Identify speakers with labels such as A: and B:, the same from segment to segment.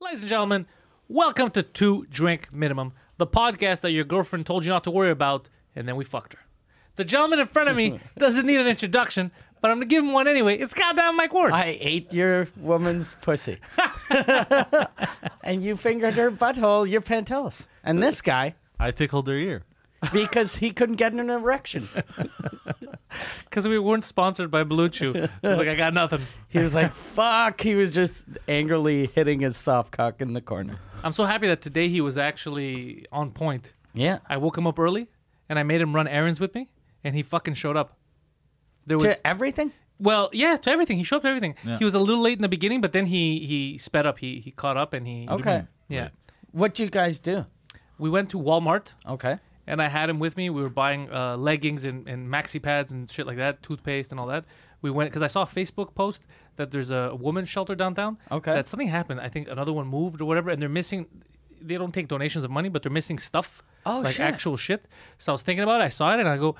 A: Ladies and gentlemen, welcome to Two Drink Minimum, the podcast that your girlfriend told you not to worry about, and then we fucked her. The gentleman in front of me doesn't need an introduction, but I'm gonna give him one anyway. It's goddamn Mike Ward.
B: I ate your woman's pussy. and you fingered her butthole, your pantelis. And this guy,
C: I tickled their ear.
B: because he couldn't get an erection.
A: Because we weren't sponsored by Blue Chew. I was like, I got nothing.
B: He was like, fuck. He was just angrily hitting his soft cock in the corner.
A: I'm so happy that today he was actually on point.
B: Yeah.
A: I woke him up early, and I made him run errands with me, and he fucking showed up. There was
B: To everything?
A: Well, yeah, to everything. He showed up to everything. He was a little late in the beginning, but then he he sped up. He he caught up and he
B: Okay.
A: Yeah.
B: What you guys do?
A: We went to Walmart
B: Okay.
A: and I had him with me. We were buying uh, leggings and, and maxi pads and shit like that, toothpaste and all that. We went because I saw a Facebook post that there's a woman's shelter downtown.
B: Okay.
A: That something happened. I think another one moved or whatever, and they're missing. They don't take donations of money, but they're missing stuff.
B: Oh,
A: like
B: shit.
A: actual shit. So I was thinking about it. I saw it and I go,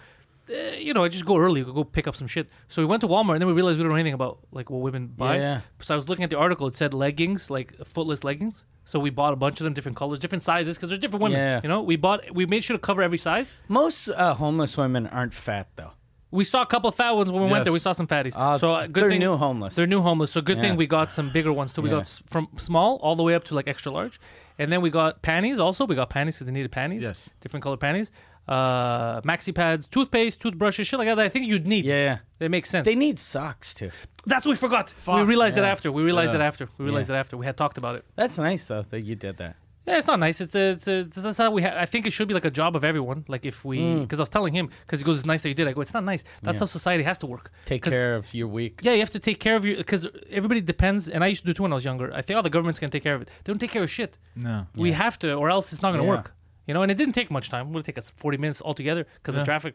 A: eh, you know, I just go early, go pick up some shit. So we went to Walmart and then we realized we don't know anything about like what women buy.
B: Yeah.
A: So I was looking at the article. It said leggings, like footless leggings. So we bought a bunch of them, different colors, different sizes, because there's different women.
B: Yeah.
A: You know, we bought, we made sure to cover every size.
B: Most uh, homeless women aren't fat, though.
A: We saw a couple fat ones when we went
C: Yes.
A: there. We saw some fatties.
B: Ah,
A: so uh, good
B: they're
A: thing
B: new homeless.
A: They're new homeless. So good
B: Yeah.
A: thing we got some bigger ones too. We
B: Yeah.
A: got s- from small all the way up to like extra large, and then we got panties. Also, we got panties because they needed panties.
C: Yes.
A: different color panties, uh, maxi pads, toothpaste, toothbrushes, shit like that. that I think you'd need.
B: Yeah.
A: They make sense.
B: They need socks, too.
A: That's what we forgot. we realized it
B: yeah.
A: after. We realized
C: Yeah.
A: it after. We realized it after. We had talked about it.
B: That's nice, though, that you did that.
A: Yeah, it's not nice. It's a, it's, a, it's that's how we. Ha- I think it should be like a job of everyone. Like if we,
B: Mm.
A: because I was telling him, because he goes, "It's nice that you did." I go, "It's not nice. That's how society has to work.
B: Take
A: 'Cause-
B: care of your week.
A: Yeah, you have to take care of your because everybody depends. And I used to do too when I was younger. I think all the government's gonna take care of it. They don't take care of shit.
C: No.
A: We have to, or else it's not gonna
B: Yeah.
A: work. You know, and it didn't take much time. It would take us forty minutes altogether because the traffic.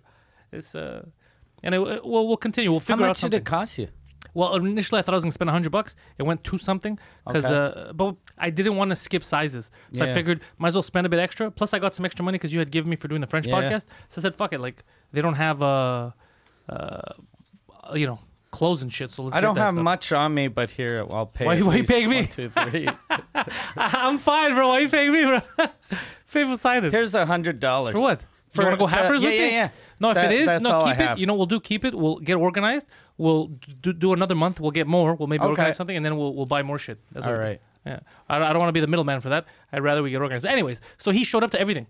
A: It's uh, and it, well, we'll continue. We'll
B: How
A: figure out
B: much did
A: something.
B: it cost you?
A: Well, initially I thought I was gonna spend hundred bucks. It went to something because,
B: Okay.
A: uh, but I didn't want to skip sizes, so I
B: Yeah.
A: figured might as well spend a bit extra. Plus, I got some extra money because you had given me for doing the French
B: Yeah.
A: podcast. So I said, "Fuck it!" Like they don't have uh, uh, you know, clothes and shit. So let's.
B: I
A: get
B: don't
A: that
B: have
A: stuff.
B: much on me, but here I'll pay.
A: Why-
B: at
A: why you
B: least
A: paying me?
B: one, two, three.
A: I'm fine, bro. Why you paying me, bro? Faithful sided.
B: Here's a hundred dollars
A: for what?
B: For
A: you want to go
B: to-
A: hackers
B: yeah,
A: with
B: yeah,
A: me?
B: yeah.
A: No, if
B: That-
A: it is,
B: that's
A: no,
B: all I
A: keep it.
B: have.
A: You know, we'll do keep it. We'll get organized. We'll do, do another month. We'll get more. We'll maybe
B: Okay.
A: organize something, and then we'll we'll buy more shit. That's
B: All
A: what we do.
B: right.
A: Yeah, I, don't- I don't want to be the middleman for that. I'd rather we get organized. Anyways, so he showed up to everything,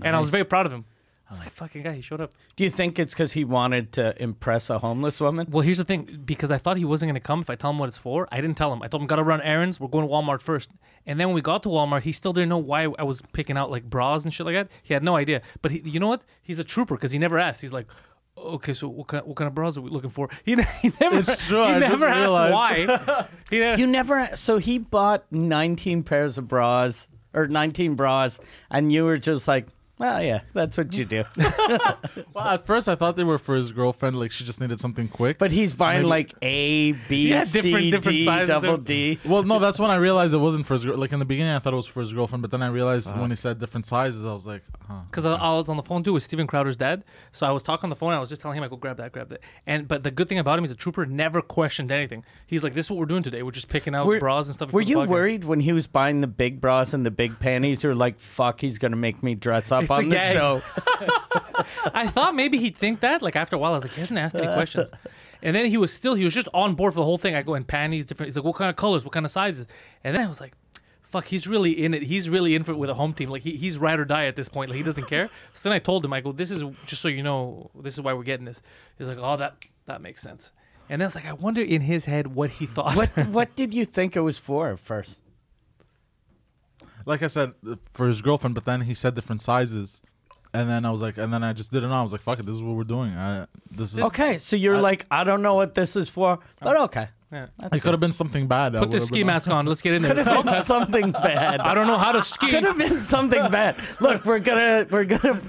A: and I was very proud of him. I was like, "Fucking guy, he showed up."
B: Do you think it's because he wanted to impress a homeless woman?
A: Well, here's the thing because I thought he wasn't going to come if I tell him what it's for. I didn't tell him. I told him, gotta run errands. We're going to Walmart first. And then when we got to Walmart, he still didn't know why I was picking out like bras and shit like that. He had no idea. But he, you know what? He's a trooper because he never asked. He's like, okay, so what kind, what kind of bras are we looking for? He, ne- he never,
C: It's true,
A: he
C: I just
A: never asked
C: realized.
A: why. He never-
B: You never. So he bought nineteen pairs of bras or nineteen bras, and you were just like, "Well, yeah, that's what you do."
C: Well, at first I thought they were for his girlfriend. Like she just needed something quick.
B: But he's buying
C: Maybe-
B: like A, B,
A: Yeah,
B: C,
A: different- different
B: D,
A: sizes,
B: double
A: different-
B: D.
C: well, no, that's when I realized it wasn't for his girl. Like in the beginning, I thought it was for his girlfriend, but then I realized when he said different sizes, I was like, huh.
A: because I, I was on the phone too with Steven Crowder's dad. So I was talking on the phone. I was just telling him, I go grab that, grab that. And but the good thing about him, he's a trooper. Never questioned anything. He's like, this is what we're doing today. We're just picking out
B: Were-
A: bras and stuff.
B: Were
A: for the
B: you
A: podcast."
B: worried when he was buying the big bras and the big panties? You're like, "Fuck, he's gonna make me dress up
A: It's a
B: on the
A: gag.
B: show."
A: I thought maybe he'd think that. Like after a while, I was like, he hasn't asked any questions. And then he was still, he was just on board for the whole thing. I go in panties, different. He's like, what kind of colors? What kind of sizes? And then I was like, fuck, he's really in it. He's really in for it with a home team. Like he, he's ride or die at this point. Like he doesn't care. So then I told him, I go, this is just so you know, this is why we're getting this. He's like, oh, that that makes sense. And then I was like, I wonder in his head what he thought.
B: What What did you think it was for at first?
C: Like I said, for his girlfriend, but then he said different sizes. And then I was like, and then I just didn't know. I was like, fuck it, this is what we're doing. I, this is
B: Okay, so you're
A: Uh,
B: like, I don't know what this is for, but okay.
A: Yeah.
C: It could have been something bad. I
A: Put the
C: would've
A: ski
C: been like-
A: mask on. Let's get in there.
B: Could have been something bad.
A: I don't know how to ski.
B: Could have been something bad. Look, we're gonna we're gonna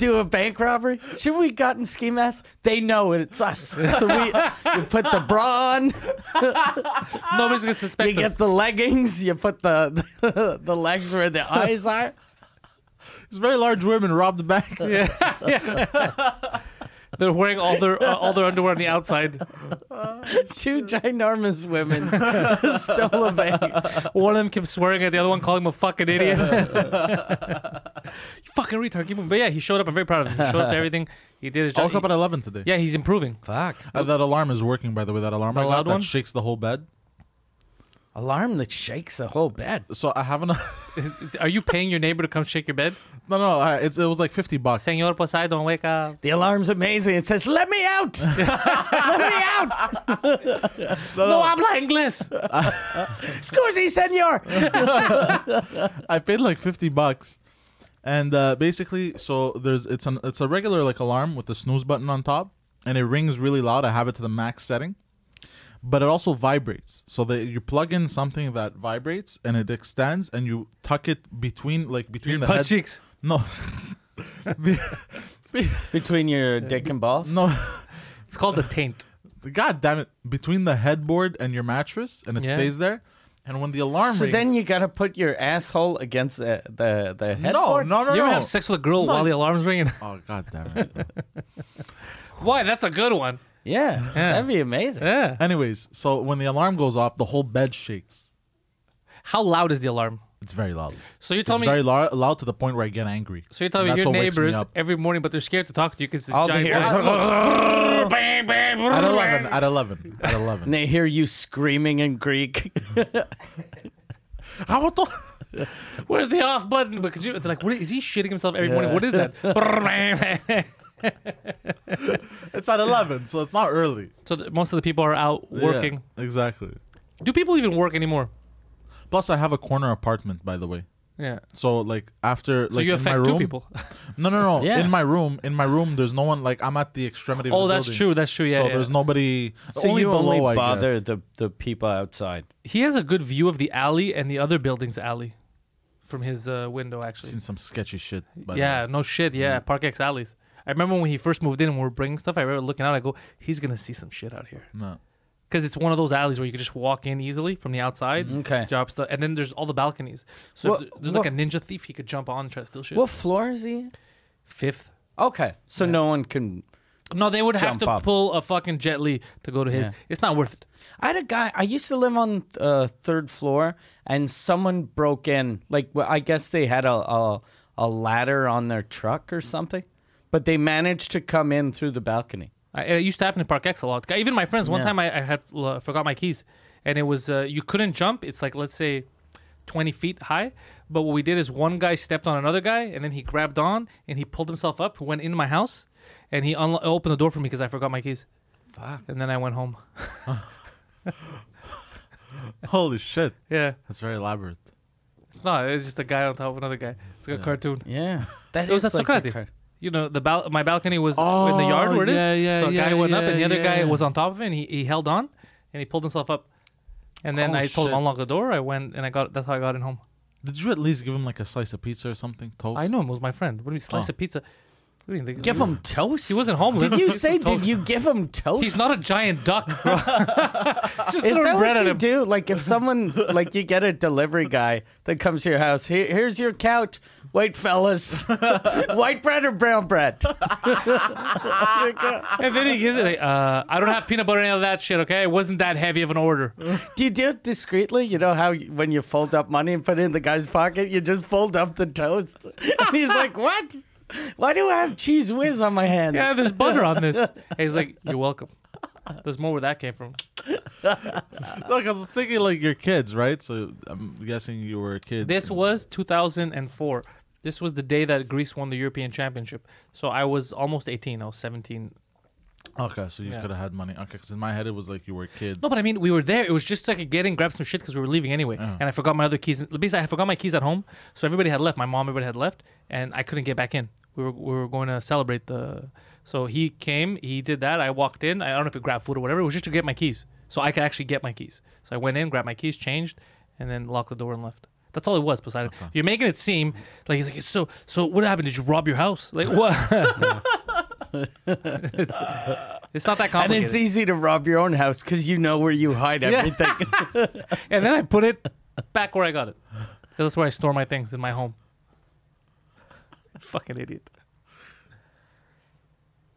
B: do a bank robbery. Should we gotten ski masks? They know it. It's us. So we you put the bra on,
A: Nobody's gonna suspect
B: you
A: us.
B: get the leggings, you put the the, legs where the eyes are.
C: These very large women robbed the bank.
A: They're wearing all their uh, all their underwear on the outside.
B: Two ginormous women stole a bank.
A: One of them keeps swearing at the other one, calling him a fucking idiot. you fucking retard. Keep moving. But yeah, he showed up. I'm very proud of him. He showed up to everything. He did his
C: I
A: job.
C: woke up
A: He-
C: at 11 today.
A: yeah, he's improving.
B: Fuck.
C: Uh, that alarm is working, by the way. That alarm I
A: loud
C: got
A: one?
C: that shakes the whole bed.
B: Alarm that shakes the whole bed.
C: So I haven't.
A: Are you paying your neighbor to come shake your bed?
C: No, no, I, it's, it was like 50 bucks.
A: Senor Poseidon, wake up.
B: The alarm's amazing. It says, "Let me out! Let me out!
A: No habla inglés.
B: Scusi, senor!"
C: I paid like 50 bucks. And uh, basically, so there's it's an it's a regular like alarm with the snooze button on top, and it rings really loud. I have it to the max setting, but it also vibrates. So that you plug in something that vibrates and it extends, and you tuck it between like between the
A: butt
C: head-
A: cheeks.
C: No, Be- be-
B: Between your dick and balls.
C: no,
A: It's called the taint.
C: god damn it! Between the headboard and your mattress, and it
A: Yeah.
C: stays there. And when the alarm
B: So
C: rings,
B: then you gotta put your asshole against the the, the
C: no,
B: headboard.
C: no, no,
A: You
C: no.
A: ever have sex with a girl while the alarm's ringing?
C: Oh god damn it!
A: Why? That's a good one.
B: Yeah, that'd be amazing.
A: Yeah.
C: Anyways, so when the alarm goes off, the whole bed shakes.
A: How loud is the alarm?
C: It's very loud.
A: So you're
C: It's
A: telling me.
C: very lar- loud to the point where I get angry.
A: so you're telling me
C: That's
A: your
C: what wakes me
A: neighbors
C: up.
A: every morning, but they're scared to talk to you because it's
B: All they
A: giant.
B: hear
A: noise.
B: is-
C: at eleven, at eleven, at eleven.
B: and they hear you screaming in Greek.
C: How about the-
A: Where's the off button? But could you, they're like, what is, is he shitting himself every morning? What is that?
C: It's at eleven, so it's not early.
A: so th- most of the people are out working.
C: Yeah, exactly.
A: Do people even work anymore?
C: Plus, I have a corner apartment, by the way.
A: Yeah.
C: So like after
A: So
C: like
A: you
C: in my
A: affect
C: room,
A: two people.
C: No, no, no.
B: Yeah.
C: In my room, in my room, there's no one. Like I'm at the extremity. Of
A: Oh,
C: the
A: that's
C: building.
A: true, that's true, yeah,
C: So
A: yeah.
C: there's nobody.
B: so
C: only
B: you
C: below,
B: only
C: I
B: bother
C: guess.
B: the, the people outside.
A: he has a good view of the alley and the other building's alley from his uh, window, actually.
C: Seen some sketchy shit. by the
A: Yeah,
C: way.
A: no shit. Yeah, Park X alleys. I remember when he first moved in and we were bringing stuff. I remember looking out. I go, he's gonna see some shit out here
C: No.
A: because it's one of those alleys where you can just walk in easily from the outside.
B: Okay.
A: Drop stuff, and then there's all the balconies. So if
B: Well,
A: th- there's like a ninja thief. He could jump on and try to steal shit.
B: What floor is he? in?
A: Fifth.
B: Okay, so no one can.
A: No, they would have
B: Jump
A: to
B: up.
A: pull a fucking Jet Li to go to his.
B: Yeah.
A: It's not worth it.
B: I had a guy. I used to live on uh, third floor, and someone broke in. Like well, I guess they had a, a a ladder on their truck or something, but they managed to come in through the balcony.
A: I, it used to happen in Park X a lot. Even my friends. One
B: Yeah.
A: time I, I had uh, forgot my keys, and it was uh, you couldn't jump. It's like let's say. 20 feet high, but what we did is one guy stepped on another guy and then he grabbed on and he pulled himself up, went in my house, and he unlo- opened the door for me because I forgot my keys. Fuck. And then I went home.
C: Holy shit.
A: Yeah.
C: That's very elaborate.
A: It's not, it's just a guy on top of another guy. It's like a cartoon.
B: Yeah, that
A: It was
B: is
A: at
B: like a
A: Socrate.
B: cur-
A: You know, the bal- my balcony was in the yard
C: Oh,
A: where it is.
C: yeah, yeah,
A: so a guy
C: yeah,
A: went up and the
C: yeah,
A: other guy
C: yeah.
A: was on top of it and he, he held on and he pulled himself up. And then
C: Oh,
A: I told him
C: shit.
A: unlock the door. I went and I got that's how I got in home.
C: Did you at least give him like a slice of pizza or something? Toast?
A: I knew him it was my friend. What do you mean, slice
C: Oh.
A: of pizza? What do you mean, they-
B: Give him toast.
A: He wasn't homeless.
B: Did you
A: He's
B: say?
A: a toast.
B: Did you give him toast?
A: He's not a giant duck, bro. Just
B: Is
A: throw
B: that
A: bread
B: what
A: at
B: you
A: him.
B: do? Like if someone, like you get a delivery guy that comes to your house. Here, here's your couch. Wait, fellas, white bread or brown bread?
A: And then he gives it. Like, uh, I don't have peanut butter or any of that shit. Okay, it wasn't that heavy of an order.
B: Do you do it discreetly? You know how you- when you fold up money and put it in the guy's pocket, you just fold up the toast, and he's like, "What? Why do I have cheese whiz on my hand?"
A: Yeah, there's butter on this. And he's like, you're welcome. There's more where that came from.
C: Look, I was thinking like your kids, right? So I'm guessing you were a kid.
A: This was 2004. This was the day that Greece won the European Championship. So I was almost 18. I was 17.
C: okay, so you could have had money. Okay, because in my head it was like you were a kid.
A: No, but I mean, we were there. It was just like a get in, grab some shit because we were leaving anyway. And I forgot my other keys. Basically, I forgot my keys at home. So everybody had left. My mom, everybody had left. And I couldn't get back in. We were we were going to celebrate the. So he came. He did that. I walked in. I don't know if it grabbed food or whatever. It was just to get my keys, so I could actually get my keys. So I went in, grabbed my keys, changed, and then locked the door and left. That's all it was, Poseidon. You're making it seem like he's like, "It's so so. What happened? Did you rob your house? Like what? it's, it's not that
B: And
A: complicated.
B: it's easy to rob your own house because you know where you hide everything.
A: And then I put it back where I got it. 'Cause that's where I store my things in my home. Fucking idiot.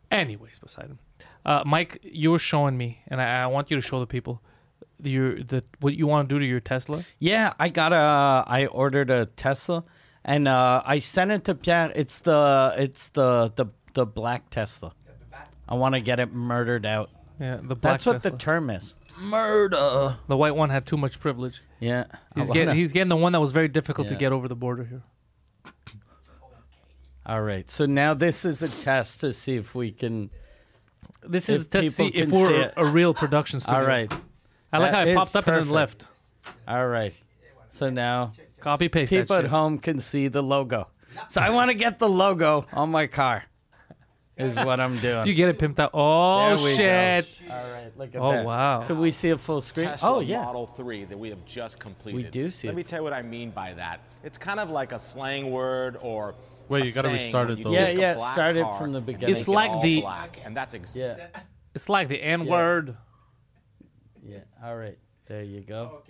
A: Anyways, Poseidon, uh, Mike, you were showing me, and I, I want you to show the people the- your the what you want to do to your Tesla.
B: Yeah, I got a. I ordered a Tesla, and uh, I sent it to Pierre. It's the it's the the the black Tesla. I want to get it murdered out.
A: Yeah, the black
B: That's what
A: Tesla.
B: the term is. Murder.
A: the white one had too much privilege.
B: Yeah. I
A: He's
B: wanna-
A: getting he's getting the one that was very difficult to
B: Yeah.
A: get over the border here.
B: All right. So now this is a test to see if we can.
A: This is
B: If
A: to see
B: people
A: if
B: can see
A: we're
B: it.
A: a real production studio.
B: All right.
A: I like
B: That
A: how it
B: is
A: popped up and
B: perfect.
A: then left.
B: All right. So now
A: Copy paste that
B: people at
A: shit.
B: home can see the logo. So I want to get the logo on my car. Is what I'm doing.
A: You get it pimped out. Oh
B: There we
A: shit.
B: Go. All right, look at
A: Oh,
B: that.
A: wow.
B: Could we see a full screen?
D: Tesla
B: oh yeah.
D: Model 3 that we have just completed.
B: do see
D: Let
B: it.
D: me tell you what I mean by that. It's kind of like a slang word or.
C: Wait,
D: a
C: you gotta
D: saying
C: restart it,
D: when you
C: though.
D: take
B: Yeah,
D: a
B: yeah,
D: black
B: start it
D: car
B: from the
D: and
B: beginning.
D: make
A: It's
D: it
A: like
D: all
A: the-
D: black, and that's ex-
B: Yeah.
A: It's like the N word.
B: Yeah. All right. There you go.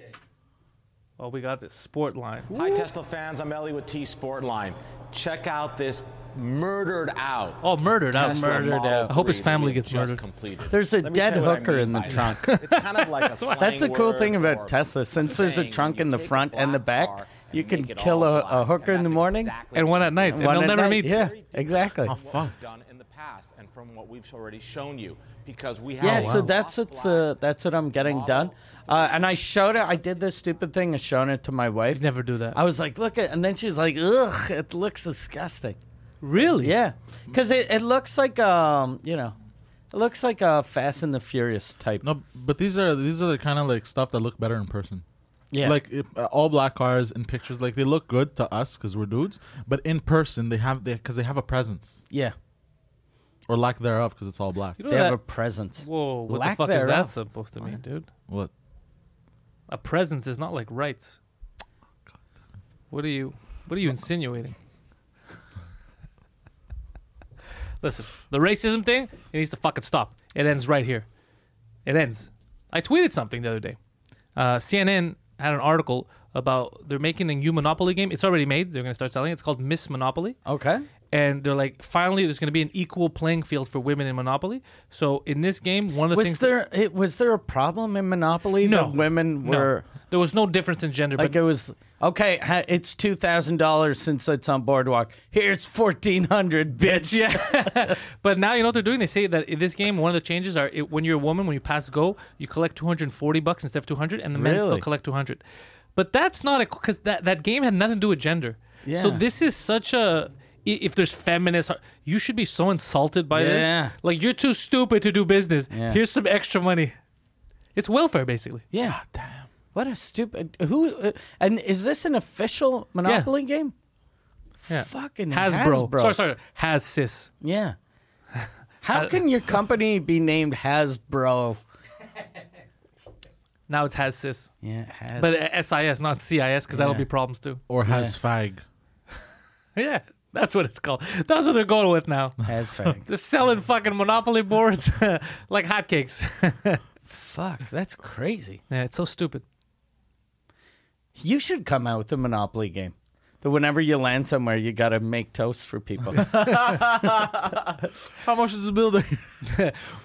A: Oh, we got this sport line.
D: Hi, Tesla fans. I'm Ellie with T Sportline. Check out this murdered out.
A: Oh, murdered. out.
D: Tesla
B: murdered
D: Model
B: out.
A: I hope his
D: 3 that we
A: family
D: have
A: gets
D: just
A: murdered.
D: Completed.
B: The's a
D: Let me tell
B: dead
D: you what I
B: hooker
D: mean
B: in the
D: by
B: trunk.
D: that. It's kind of like a slang
B: That's the cool
D: word
B: thing
D: or
B: about Tesla. Since there's a
D: saying
B: trunk
D: when
B: in
D: you
B: the
D: take a
B: front and the
D: black
B: back,
D: car
B: you
D: and
B: can
D: make it
B: kill
D: all
B: a,
D: black,
B: a hooker
D: and
B: in the
D: that's
B: morning.
D: exactly
A: And
D: what
A: one
D: we
A: at night. And
B: one
A: they'll
B: at
A: never
B: night,
A: meet.
B: Yeah, exactly.
C: Oh,
D: what
C: fuck.
D: we've done in the past and from what we've already shown you because we have
B: Yeah,
A: Oh,
D: a
B: so that's
D: soft
B: what's
D: black
B: uh, that's what I'm getting done. Uh, and I showed it. I did this stupid thing of showing it to my wife.
A: Never do that.
B: I was like, look at, and then she was like, ugh, it looks disgusting.
A: really?
B: Yeah, because it, it looks like um, you know, it looks like a Fast and the Furious type.
C: No, but these are these are the kind of like stuff that look better in person.
B: Yeah.
C: Like if, uh, all black cars in pictures, like they look good to us because we're dudes. But in person, they have they because they have a presence
B: Yeah,
C: or lack thereof because it's all black.
A: You know
B: they have
A: that-
B: a presence.
A: Whoa, what
B: Lack
A: the fuck is that
B: thereof.
A: supposed to mean, dude?
C: What?
A: A presence is not like rights. What are you what are you insinuating? Listen, the racism thing, it needs to fucking stop. It ends right here. It ends. I tweeted something the other day. Uh, CNN had an article about they're making a new Monopoly game. It's already made. They're going to start selling it. It's called Miss Monopoly.
B: Okay.
A: and they're like, finally, there's going to be an equal playing field for women in Monopoly. So in this game, one of the
B: Was
A: things
B: there it, was there a problem in Monopoly?
A: no
B: that women
A: no.
B: were
A: there was no difference in gender,
B: like
A: but
B: it was okay. ha- It's two thousand dollars since it's on Boardwalk. Here's fourteen hundred, bitch.
A: yeah. but now you know what they're doing. They say that in this game, one of the changes are it, when you're a woman, when you pass go, you collect 240 bucks instead of 200, and the men still
B: Really?
A: collect 200. But that's not a because that that game had nothing to do with gender. So
B: Yeah.
A: this is such a i- if there's feminists, you should be so insulted by
B: Yeah.
A: this. Like you're too stupid to do business.
B: Yeah.
A: Here's some extra money. It's welfare basically.
B: Yeah. damn. What a stupid. Who? Uh, and is this an official Monopoly game?
A: Yeah.
B: Fucking
A: Hasbro.
B: Hasbro.
A: Sorry, sorry. Has sis.
B: Yeah. How can your company be named Hasbro?
A: Now it's has sis.
B: Yeah, Has.
A: But uh, SIS, not CIS, because that'll
B: Yeah.
A: be problems too.
C: Or has fag?
A: Yeah, that's what it's called. That's what they're going with now.
B: Hasfag.
A: They're selling fucking Monopoly boards like hotcakes.
B: Fuck, that's crazy.
A: yeah, it's so stupid.
B: You should come out with a Monopoly game. That whenever you land somewhere, you gotta make toast for people.
C: How much is the building?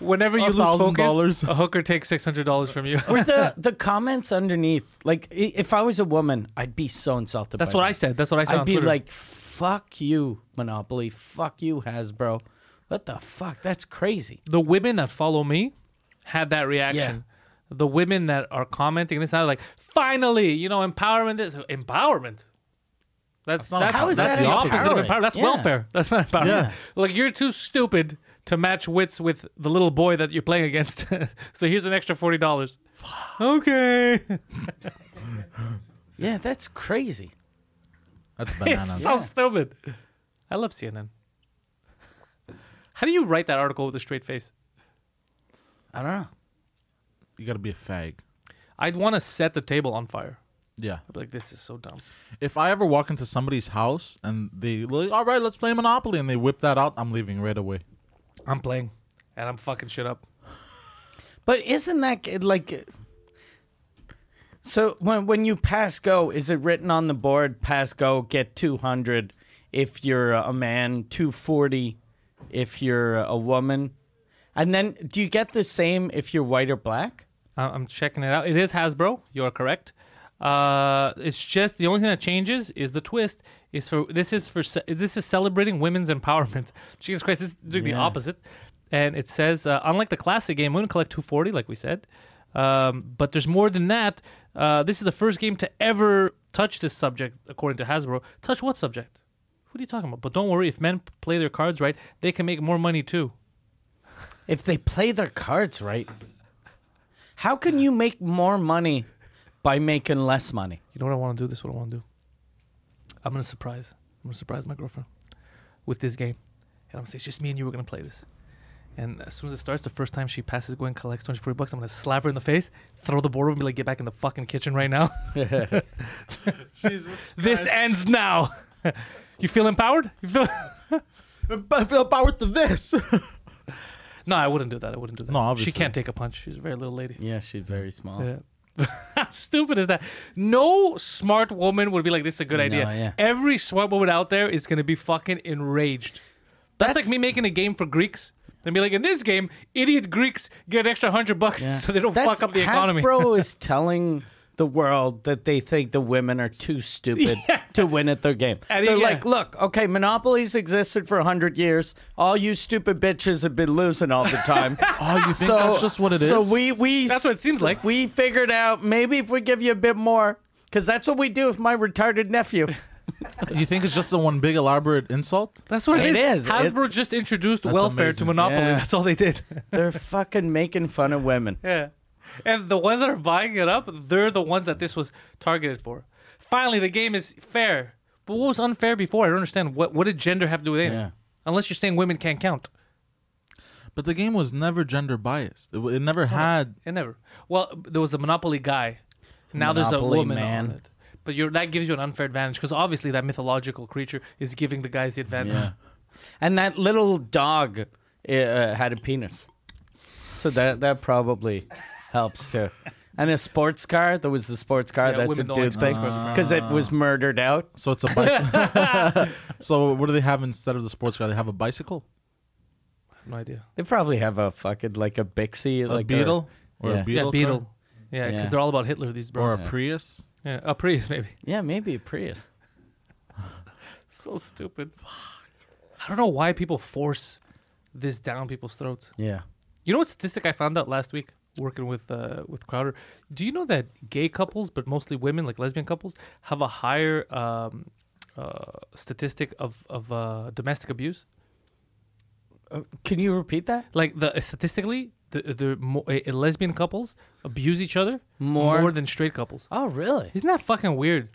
A: Whenever you lose
C: $1,000.
A: focus, a hooker takes six hundred dollars from you.
B: Were the the comments underneath? Like, i- if I was a woman, I'd be so insulted.
A: That's
B: by
A: what
B: that.
A: I said. That's what I said.
B: I'd
A: on
B: be
A: Twitter.
B: like, "Fuck you, Monopoly. Fuck you, Hasbro. What the fuck? That's crazy."
A: the women that follow me had that reaction. The women that are commenting this, now like, finally, you know, empowerment is empowerment. That's, that's,
C: not-
B: How is
A: that's
B: that
A: the opposite of
B: empowering?
A: empowerment. That's
B: Yeah.
A: welfare. That's not empowerment.
C: Yeah.
A: Like you're too stupid to match wits with the little boy that you're playing against. so here's an extra forty dollars. Okay.
B: Yeah, that's crazy.
C: That's
A: it's
C: bananas.
A: so stupid. I love CNN. How do you write that article with a straight face?
B: I don't know.
C: You gotta be a fag.
A: I'd want to set the table on fire.
C: Yeah.
A: I'd be like, this is so dumb.
C: If I ever walk into somebody's house and they like, all right, let's play Monopoly, and they whip that out, I'm leaving right away.
A: I'm playing, and I'm fucking shit up.
B: But isn't that g- like? So when when you pass go, is it written on the board? Pass go, get two hundred if you're a man, two forty if you're a woman, and then do you get the same if you're white or black?
A: I- I'm checking it out. It is Hasbro. You are correct. Uh, it's just the only thing that changes is the twist. Is for this is for ce- this is celebrating women's empowerment. Jesus Christ, this is doing the opposite. And it says, uh, unlike the classic game, women collect 240, like we said. Um, but there's more than that. Uh, this is the first game to ever touch this subject, according to Hasbro. Touch what subject? What are you talking about? But don't worry, if men p- play their cards right, they can make more money too.
B: If they play their cards right, how can you make more money by making less money?
A: You know what I want to do? This is what I want to do. I'm gonna surprise. I'm gonna surprise my girlfriend with this game, and I'm gonna say it's just me and you. We're gonna play this. And as soon as it starts, the first time she passes, go and collects 240 bucks. I'm gonna slap her in the face, throw the board over, and be like, "Get back in the fucking kitchen right now.
C: Jesus.
A: this ends now." you feel empowered? You feel?
C: I feel powered to this.
A: no, I wouldn't do that. I wouldn't do that.
C: No, obviously.
A: She can't take a punch. She's a very little lady.
B: Yeah, she's very small.
A: Yeah. How stupid is that? No smart woman would be like, "This is a good idea."
B: yeah.
A: Every smart woman out there is gonna be fucking enraged. That's, like me making a game for Greeks and be like, "In this game, idiot Greeks get an extra hundred bucks so they don't
B: That's-
A: fuck up the economy."
B: Hasbro is telling the world that they think the women are too stupid to win at their game.
A: And
B: They're
A: e- yeah.
B: like, look, okay, monopolies existed for 100 years. All you stupid bitches have been losing all the time.
C: Oh, you think
B: so
C: that's just what it is?
B: So we, we
A: That's what it seems like.
B: We figured out maybe if we give you a bit more, because that's what we do with my retarded nephew.
C: you think it's just the one big elaborate insult?
A: That's what it
B: It
A: is.
B: is.
A: Hasbro
B: It's-
A: just introduced welfare to
C: amazing.
A: monopoly.
B: Yeah.
A: That's all they did.
B: They're fucking making fun of women.
A: yeah, and the ones that are buying it up, they're the ones that this was targeted for. Finally, the game is fair. But what was unfair before? I don't understand. What what did gender have to do with it?
B: Yeah.
A: Unless you're saying women can't count.
C: But the game was never gender biased. It, w- it never had.
A: It never. Well, there was a Monopoly guy. now there's a
B: Monopoly
A: woman
B: man.
A: on it. But you're, that gives you an unfair advantage because obviously that mythological creature is giving the guys the advantage.
B: And that little dog uh, had a penis. So that that probably helps too. And a sports car, there was a sports car
A: Yeah,
B: that's a
A: women don't like
B: dude thing
A: sports cars, Ah.
B: because it was murdered out.
C: So it's a bicycle. so what do they have instead of the sports car? They have a bicycle,
A: I have no idea.
B: They probably have a fucking like a Bixie,
C: a
B: like a-
C: beetle, or
B: yeah.
C: a beetle,
A: yeah,
C: car?
A: Beetle. Yeah, because
B: Yeah.
A: they're all about Hitler, these
C: or a
A: bros.
C: Prius.
A: yeah, a priest, maybe.
B: yeah, maybe a Prius.
A: So stupid. I don't know why people force this down people's throats.
B: Yeah.
A: You know what statistic I found out last week working with uh, with Crowder? Do you know that gay couples, but mostly women, like lesbian couples, have a higher um, uh, statistic of of uh, domestic abuse?
B: Can you repeat that?
A: Like the uh, statistically, the the mo- uh, lesbian couples abuse each other
B: More?
A: more than straight couples.
B: Oh, really?
A: Isn't that fucking weird?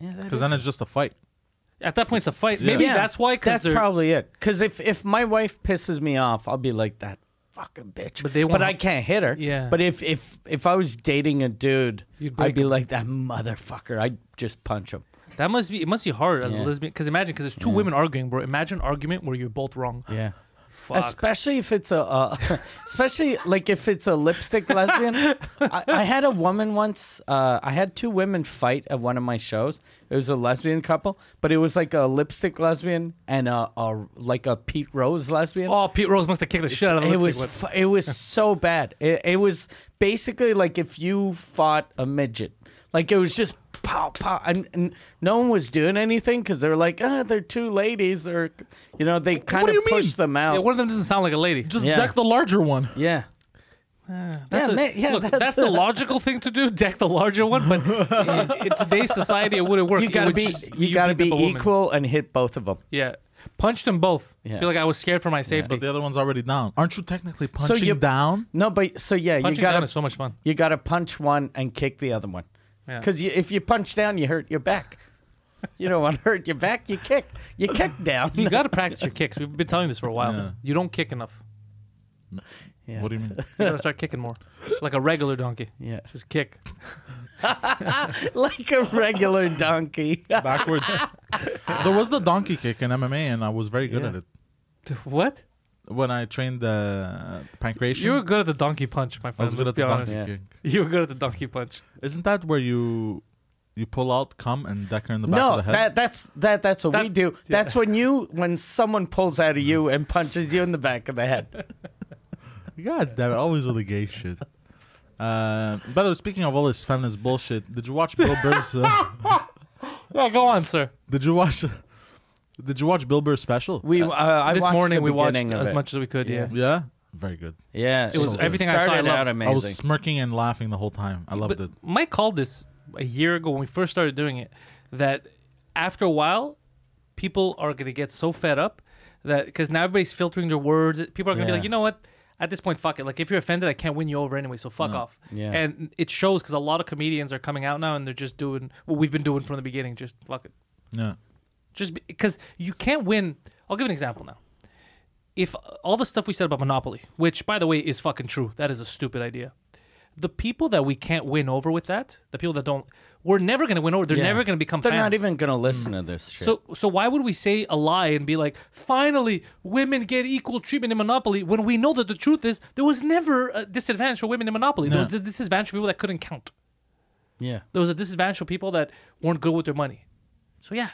B: Yeah. that
C: Because then it's just a fight.
A: At that point, it's a fight. Maybe
B: Yeah,
A: that's why. Because
B: That's
A: they're
B: probably it. Because if if my wife pisses me off, I'll be like that fucking bitch.
A: But they won't-
B: I can't hit her.
A: Yeah.
B: But if if if I was dating a dude,
A: You'd break
B: I'd be
A: him.
B: like that motherfucker. I'd just punch him.
A: that must be it must be hard as a
B: Yeah.
A: lesbian. Because imagine, because there's two women arguing, bro. Imagine an argument where you're both wrong.
B: Yeah.
A: Fuck.
B: Especially if it's a, uh, especially like if it's a lipstick lesbian. I, I had a woman once. Uh, I had two women fight at one of my shows. It was a lesbian couple, but it was like a lipstick lesbian and a, a like a Pete Rose lesbian.
A: Oh, Pete Rose must have kicked the shit out of
B: it
A: him.
B: was fu- it was so bad. It, it was basically like if you fought a midget, like it was just pow pow, and, and no one was doing anything because they were like, ah, they're two ladies, or you know, they kind
C: do
B: of
C: you mean?
B: pushed them out.
A: Yeah, one of them doesn't sound like a lady.
C: Just
B: Yeah.
C: deck the larger one.
B: yeah.
A: That's
B: yeah,
A: a-
B: man, yeah,
A: look, that's,
B: that's-
A: the logical thing to do. Deck the larger one, but in, in today's society, it wouldn't work.
B: You
A: It
B: gotta
A: would
B: be
A: just-
B: you, gotta
A: beat
B: be
A: up a woman.
B: equal and hit both of them.
A: Yeah, punched them both.
B: Yeah.
A: Feel like I was scared for my safety.
C: But the other one's already down. Aren't you technically punching
B: you-
C: down?
B: No, but so yeah,
A: Punching
B: you
A: down
B: gotta
A: is so much fun.
B: you gotta punch one and kick the other one.
A: Yeah.
B: Because if you punch down, you hurt your back. You don't want to hurt your back. You kick. You kick down.
A: You got to practice your kicks. We've been telling this for a while.
C: Yeah.
A: You don't kick enough.
C: What do you mean?
A: You got to start kicking more, like a regular donkey.
B: Yeah.
A: Just kick.
B: like a regular donkey.
C: Backwards. there was the donkey kick in MMA, and I was very good at it
A: What?
C: when I trained the pancreation.
A: You were good at the donkey punch, my
C: I
A: friend.
C: was good
A: Let's
C: at
A: be
C: the
A: honest.
C: donkey
B: honest.
C: kick.
A: You were good at the donkey punch.
C: Isn't that where you you pull out, come, and deck her in the back
B: No,
C: of the
B: that
C: head?
B: that's that Mm-hmm. that's what we
A: That-
B: do. That's when you when someone pulls out of you and punches you in the back of the head.
C: God damn it! Always with the gay shit. Uh, by the way, speaking of all this feminist bullshit, did you watch Bill Burr's? Uh,
A: Yeah, go on, sir.
C: did you watch? Did you watch Bill Burr's special?
B: We uh, I
A: this
B: watched
A: morning
B: the
A: we watched
B: beginning of
A: as
B: it.
A: much as we could. Yeah.
C: yeah, very good.
B: Yeah,
A: It was everything I saw, I
B: started
A: loved.
B: out amazing.
C: I was smirking and laughing the whole time. I loved
A: But
C: it.
A: Mike called this a year ago when we first started doing it. That after a while, people are gonna get so fed up that because now everybody's filtering their words. People are gonna be
B: Yeah.
A: like, you know what? At this point, fuck it. Like if you're offended, I can't win you over anyway, so fuck off.
B: Yeah.
A: And it shows because a lot of comedians are coming out now and they're just doing what we've been doing from the beginning. Just fuck it.
C: Yeah.
A: just because you can't win. I'll give an example now. If all the stuff we said about Monopoly, which by the way is fucking true, that is a stupid idea. The people that we can't win over with that, the people that don't, we're never going to win over. They're
B: Yeah.
A: never going to become.
B: They're
A: fans.
B: not even gonna listen to this shit.
A: Mm. So, so why would we say a lie and be like, finally, women get equal treatment in Monopoly when we know that the truth is there was never a disadvantage for women in Monopoly. There was a disadvantage for people that couldn't count.
B: yeah,
A: There was a disadvantage for people that weren't good with their money. So yeah,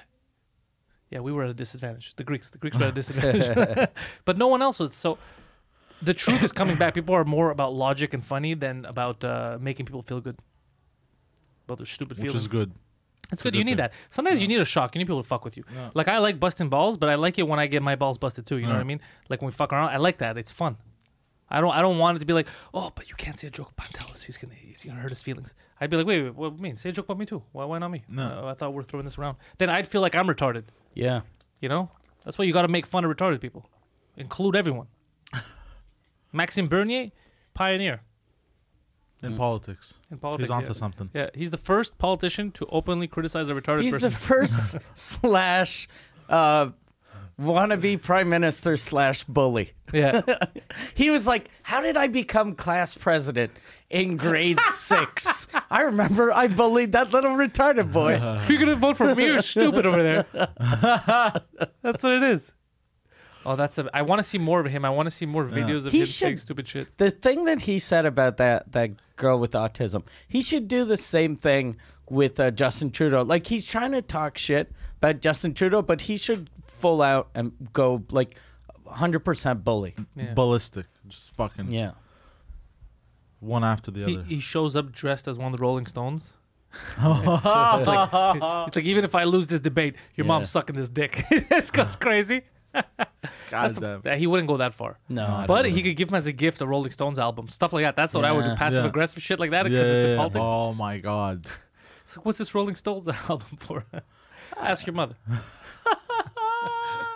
A: yeah, we were at a disadvantage. The Greeks, the Greeks were at a disadvantage, but no one else was. So the truth is coming back. People are more about logic and funny than about uh, making people feel good about their stupid
C: Which
A: feelings. Mm.
C: is good.
A: It's good. You need that. Sometimes you need a shock. You need people to fuck with you. Like I like busting balls, but I like it when I get my balls busted too. You know what I mean? Like when we fuck around, I like that. It's fun. I don't. I don't want it to be like, oh, but you can't say a joke about Dallas. He's gonna. He's gonna hurt his feelings. I'd be like, wait, wait what do you mean? Say a joke about me too. Why? Why not me? No. I thought we are throwing this around. Then I'd feel like I'm retarded.
B: yeah.
A: You know? That's why you got to make fun of retarded people. Include everyone. Maxime Bernier, pioneer
C: In politics.
A: in politics.
C: He's onto
A: yeah.
C: something.
A: Yeah, he's the first politician to openly criticize a retarded
B: He's
A: person.
B: the first slash uh, wannabe prime minister slash bully.
A: yeah.
B: He was like, "How did I become class president in grade six? I remember I bullied that little retarded boy."
A: You're gonna vote for me? You're stupid over there. that's what it is. Oh, that's a. I want to see more of him. I want to see more videos of
B: He
A: him saying
B: should-
A: stupid shit.
B: the thing that he said about that that girl with autism, he should do the same thing with uh, Justin Trudeau. Like he's trying to talk shit about Justin Trudeau, but he should full out and go like 100% bully.
C: Ballistic. Just fucking
B: Yeah.
C: one after the
A: He,
C: other.
A: he shows up dressed as one of the Rolling Stones. it's, like, it's like even if I lose this debate, your mom's sucking this dick. this goes crazy.
C: God damn.
A: That- He wouldn't go that far.
B: No, I
A: but he could give him as a gift a Rolling Stones album, stuff like that. That's what I would do.
B: Yeah.
A: Passive
C: Yeah.
A: aggressive shit like that
C: Yeah,
A: because it's in
C: yeah, yeah.
A: politics.
C: Oh my god.
A: It's like, what's this Rolling Stones album for? Ask your mother.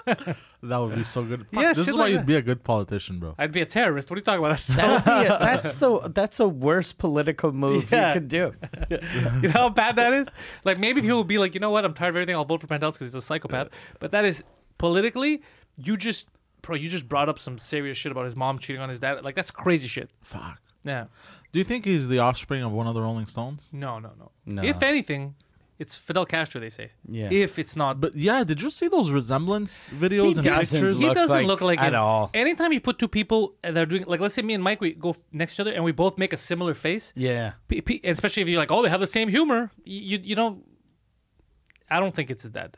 C: That would be so good. Fuck,
A: Yeah,
C: this
A: shit
C: is why
A: like
C: you'd
A: that.
C: be a good politician, bro.
A: I'd be a terrorist. What are you talking about?
B: That would be a, that's the that's the worst political move
A: Yeah.
B: you could do.
A: You know how bad that is? Like maybe people will be like, you know what? I'm tired of everything. I'll vote for Mandel because he's a psychopath. But that is politically, you just, bro, you just brought up some serious shit about his mom cheating on his dad. Like that's crazy shit.
C: Fuck.
A: Yeah.
C: Do you think he's the offspring of one of the Rolling Stones?
A: No, no, no. If anything, it's Fidel Castro. They say.
B: Yeah.
A: If it's not,
C: But yeah, did you see those resemblance videos and
B: doesn't
C: pictures?
A: he
B: look
A: doesn't
B: like-
A: look like it.
B: at all.
A: Anytime you put two people that are doing like, let's say me and Mike, we go f- next to each other and we both make a similar face.
B: Yeah.
A: P- P- especially if you're like, oh, they have the same humor. Y- You you don't. I don't think it's his dad,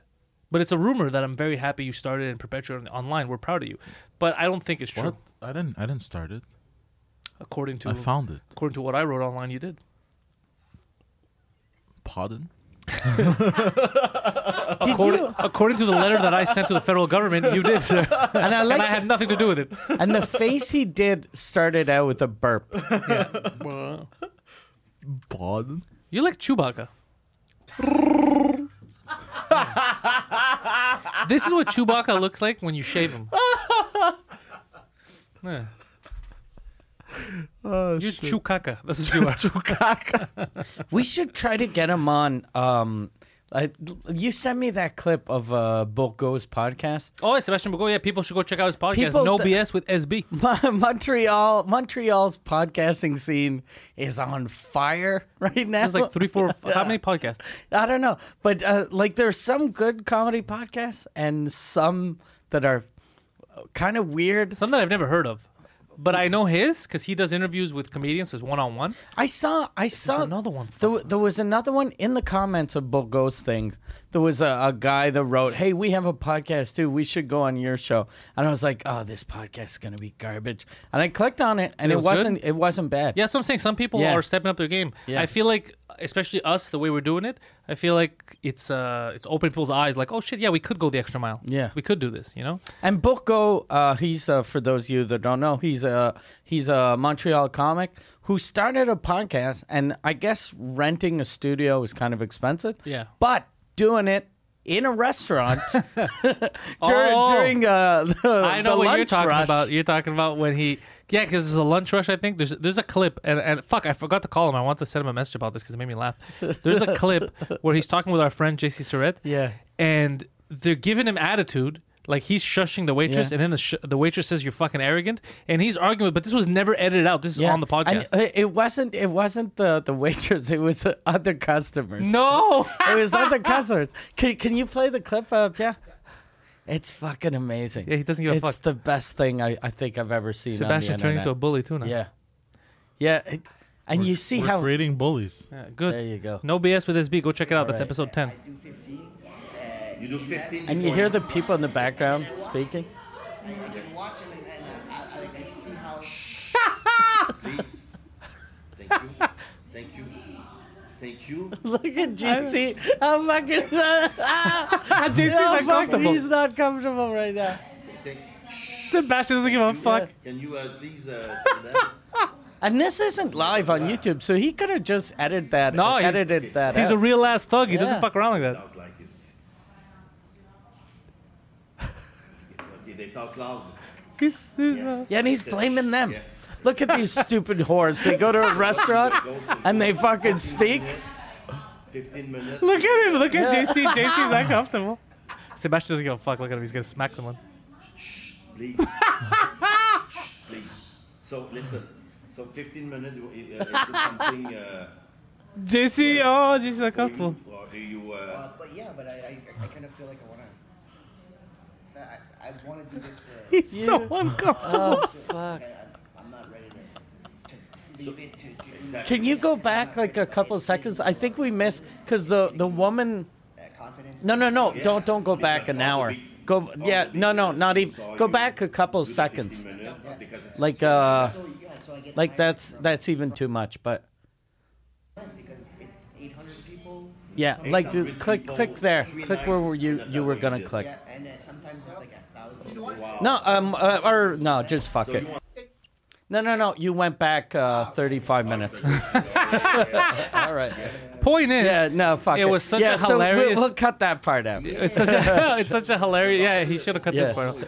A: but it's a rumor that I'm very happy you started and perpetuated online. We're proud of you, but I don't think it's true.
C: What? I didn't. I didn't start it.
A: According to
C: I found it.
A: according to what I wrote online, you did.
C: Pardon?
A: According, according to the letter that I sent to the federal government, you did, sir. And I,
B: like-
A: had nothing to do with it.
B: And the face he did started out with a burp.
C: Pardon?
A: You like Chewbacca. this is what Chewbacca looks like when you shave him. Yeah. You're Chewcaca. That's what you are.
B: We should try to get him on um I, you sent me that clip of uh, Bogo's podcast.
A: Oh, Sebastian Bogo. Yeah, people should go check out his podcast.
B: People
A: no
B: th-
A: BS with SB.
B: Mon- Montreal, Montreal's podcasting scene is on fire right now.
A: There's like three, four, how many podcasts?
B: I don't know, but uh, like there's some good comedy podcasts and some that are kind of weird.
A: Some that I've never heard of, but I know his because he does interviews with comedians. So it's one on one.
B: I saw, I saw
A: another one
B: There, wa- there was another one in the comments of Bogo's thing. There was a, a guy that wrote, "Hey, we have a podcast too. We should go on your show." And I was like, "Oh, this podcast is gonna be garbage." And I clicked on it,
A: It
B: and it,
A: was good?
B: was not It wasn't bad.
A: Yeah, that's what I'm saying. Some people
B: Yeah.
A: are stepping up their game.
B: Yeah.
A: I feel like, especially us, the way we're doing it, I feel like it's uh, it's opening people's eyes. Like, oh shit, yeah, we could go the extra mile.
B: Yeah.
A: we could do this. You know,
B: And Boko, uh, he's uh, for those of you that don't know, he's a he's a Montreal comic who started a podcast, and I guess renting a studio is kind of expensive.
A: Yeah.
B: but doing it in a restaurant dur-
A: Oh.
B: during uh, the,
A: I know
B: the
A: what you're
B: lunch
A: talking
B: rush.
A: about. You're talking about when he, yeah, because there's a lunch rush. I think there's there's a clip, and, and fuck, I forgot to call him. I want to send him a message about this because it made me laugh. There's a clip where he's talking with our friend JC Surrett.
B: Yeah.
A: and they're giving him attitude. Like he's shushing the waitress,
B: Yeah.
A: and then the, sh- the waitress says, "You're fucking arrogant," and he's arguing. But this was never edited out. This is
B: Yeah.
A: on the podcast.
B: And it- it wasn't it wasn't the the waitress. It was the other customers.
A: no,
B: it was other customers. Can can you play the clip up? Yeah. It's fucking amazing.
A: Yeah, he doesn't give a
B: it's
A: fuck.
B: the best thing I, I think I've ever seen. on the
A: Sebastian's turning into a
B: internet.
A: bully too now.
B: Yeah. Yeah. it- and you see
C: We're
B: how.
C: creating bullies.
A: Yeah, good.
B: There you go.
A: No BS with SB. Go check it out. That's
B: Alright.
A: episode ten.
E: I do 15. Uh, you do 15.
B: And you hear the people in the background speaking.
E: I can watch him and, and I, I, like, I see how. Please. Thank you. Thank you. Thank you.
B: Look at JC. How fucking. Ah, JC's
A: uncomfortable.
B: He's not comfortable right now.
E: Thank,
A: Sebastian doesn't give a Oh, fuck.
E: can you uh, please uh, do that?
B: And this isn't live on YouTube, so he could have just edited that.
A: No, he's-
B: edited that.
A: He's a
B: out.
A: real ass thug. He
B: Yeah.
A: doesn't fuck around like that.
E: out like this? Okay, they talk loud. Yes.
B: Yeah, and he's blaming them.
E: Yes.
B: Look at these stupid whores. They go to a restaurant and they fucking speak.
E: 15 minutes.
A: Look at him. Look at JC. JC's uncomfortable. Sebastian doesn't give a fuck. Look at him. He's gonna smack someone.
E: please. Shh, please. So listen. So 15 minutes. Uh, is this something? Uh,
A: JC. Oh, JC's
E: for
A: uncomfortable.
E: you, or do you? Uh,
F: Uh, but yeah, but I, I, I kind of feel like I want to. I, I want to do this for.
A: He's so uncomfortable.
F: I, I'm not ready to, to leave it to. to
E: exactly.
B: Can you go back like a couple seconds? I think we missed because the the woman
F: that confidence.
B: No, no, no! Don't don't go back an hour. Go yeah, no, no, not even. Go back a couple
E: do the
B: seconds.
E: 15 minute, because it's-
B: Like uh,
F: So yeah, so I get.
B: like
F: hired
B: that's
F: from
B: that's even too much. But
F: Brent because it's 800 people.
B: yeah, like dude, click click there, click where were you you were gonna click.
F: Yeah, and uh, sometimes it's like a thousand.
E: wow.
B: No, um, uh, or no, just fuck it. No, no, no! You went back uh, 35 minutes. All right.
A: Point is,
B: Yeah, no, fuck it.
A: It was such
B: yeah,
A: a
B: so we'll-
A: hilarious-
B: We'll, cut that part out.
A: it's such a it's such a hilarious yeah he should have cut
B: Yeah.
A: this part out.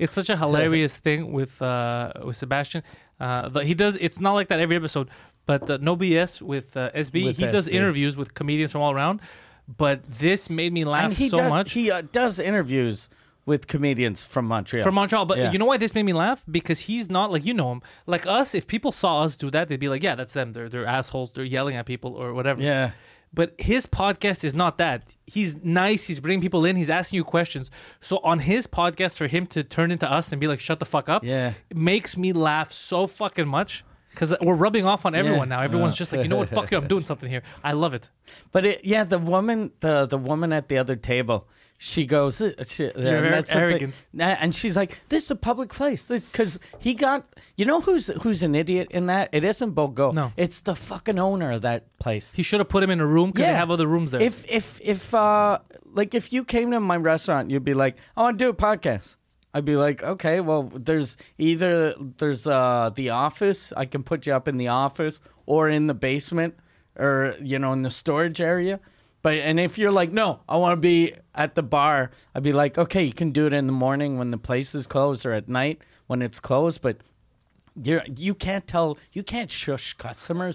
A: it's such a hilarious thing with uh with sebastian uh the, he does it's not like that every episode but uh, no bs with uh, sb
B: With
A: he does
B: SB.
A: interviews with comedians from all around but this made me laugh
B: And he
A: so
B: does,
A: much
B: He uh, does interviews with comedians from Montreal.
A: from Montreal, but
B: Yeah.
A: you know why this made me laugh? Because he's not like you know him. Like us, if people saw us do that, they'd be like, "Yeah, that's them. They're they're assholes. They're yelling at people or whatever."
B: Yeah.
A: But his podcast is not that. He's nice. He's bringing people in. He's asking you questions. So on his podcast, for him to turn into us and be like, "Shut the fuck up,"
B: Yeah.
A: it makes me laugh so fucking much because we're rubbing off on everyone now.
B: Uh.
A: Everyone's just like, "You know what? Fuck you. I'm doing something here. I love it."
B: But it, yeah, the woman, the the woman at the other table, she goes, uh, she,
A: You're
B: and
A: very
B: that's something-
A: arrogant.
B: na- and she's like, "This is a public place," because he got, you know, who's who's an idiot in that? It isn't Bogo.
A: No.
B: it's the fucking owner of that place.
A: He should have put him in a room because they have other rooms there.
B: If if if uh, like if you came to my restaurant, you'd be like, "I want to do a podcast." I'd be like, "Okay, well, there's either there's uh the office. I can put you up in the office or in the basement or you know in the storage area." But and if you're like, "No, I want to be at the bar," I'd be like, "Okay, you can do it in the morning when the place is closed or at night when it's closed, but." You're, you can't tell you can't shush customers.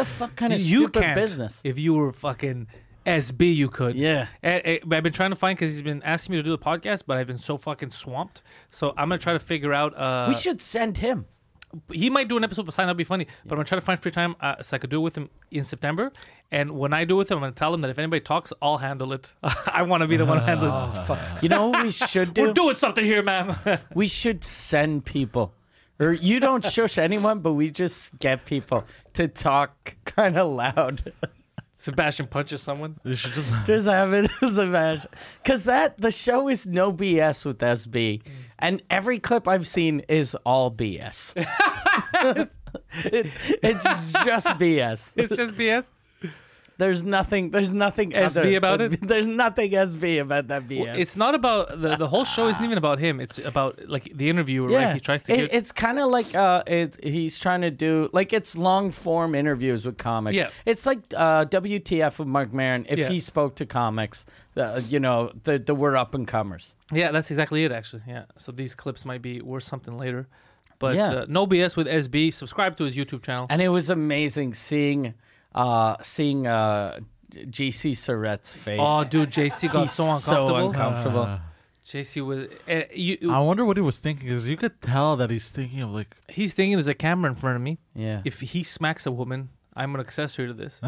B: the fuck kind of
A: you
B: stupid
A: can't
B: business?
A: if you were fucking SB you could.
B: Yeah.
A: And, eh, but I've been trying to find because he's been asking me to do the podcast, but I've been so fucking swamped. So I'm gonna try to figure out. Uh,
B: we should send him.
A: he might do an episode beside that'd be funny. But I'm gonna try to find free time uh, so I could do it with him in September. And when I do with him, I'm gonna tell him that if anybody talks, I'll handle it. I want to be the one who handles it.
B: You know what we should do?
A: We're doing something here, ma'am.
B: we should send people. Or you don't shush anyone, but we just get people to talk kind of loud.
A: Sebastian punches someone.
C: You should just
B: Just have it as a match. Because that, the show is no BS with SB. And every clip I've seen is all BS. It- it's just BS.
A: It's just BS.
B: There's nothing, there's nothing
A: SB
B: other-
A: about it?
B: There's nothing SB about that BS.
A: It's not about the the whole show. Isn't even about him. It's about like the interviewer. Right? He tries to
B: It-
A: get.
B: it's kind of like uh, it, he's trying to do like it's long form interviews with comics.
A: Yeah.
B: it's like uh, WTF with Mark Maron if
A: Yeah.
B: he spoke to comics. Uh, you know, the the we're up and comers.
A: Yeah, that's exactly it, actually. Yeah. So these clips might be worth something later. But
B: Yeah.
A: uh, no BS with SB. Subscribe to his YouTube channel.
B: And it was amazing seeing uh, seeing uh, GC Surrett's face.
A: oh, dude, JC got
B: He's
A: so uncomfortable.
B: So uncomfortable.
A: JC was. Uh, you,
C: I wonder what he was thinking because you could tell that he's thinking of like
A: he's thinking there's a camera in front of me.
B: Yeah.
A: If he smacks a woman, I'm an accessory to this.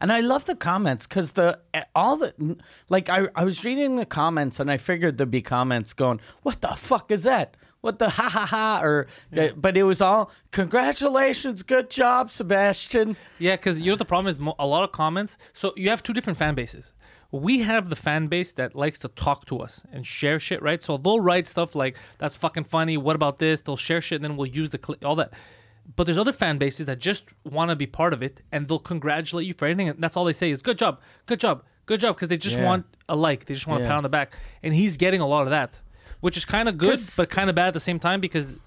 B: And I love the comments because the eh, all the like I, I was reading the comments and I figured there'd be comments going, "What the fuck is that? What the ha ha ha?" Or eh, but it was all congratulations, good job, Sebastian.
A: Yeah, because you know what the problem is mo- a lot of comments. So you have two different fan bases. We have the fan base that likes to talk to us and share shit, right? So they'll write stuff like "That's fucking funny." What about this? They'll share shit, and then we'll use the cli all that. But there's other fan bases that just want to be part of it, and they'll congratulate you for anything. And that's all they say is "Good job, good job, good job," because they just
B: Yeah.
A: want a like. They just want
B: Yeah.
A: a pound on the back, and he's getting a lot of that, which is kind of good
B: 'Cause-
A: but kind of bad at the same time because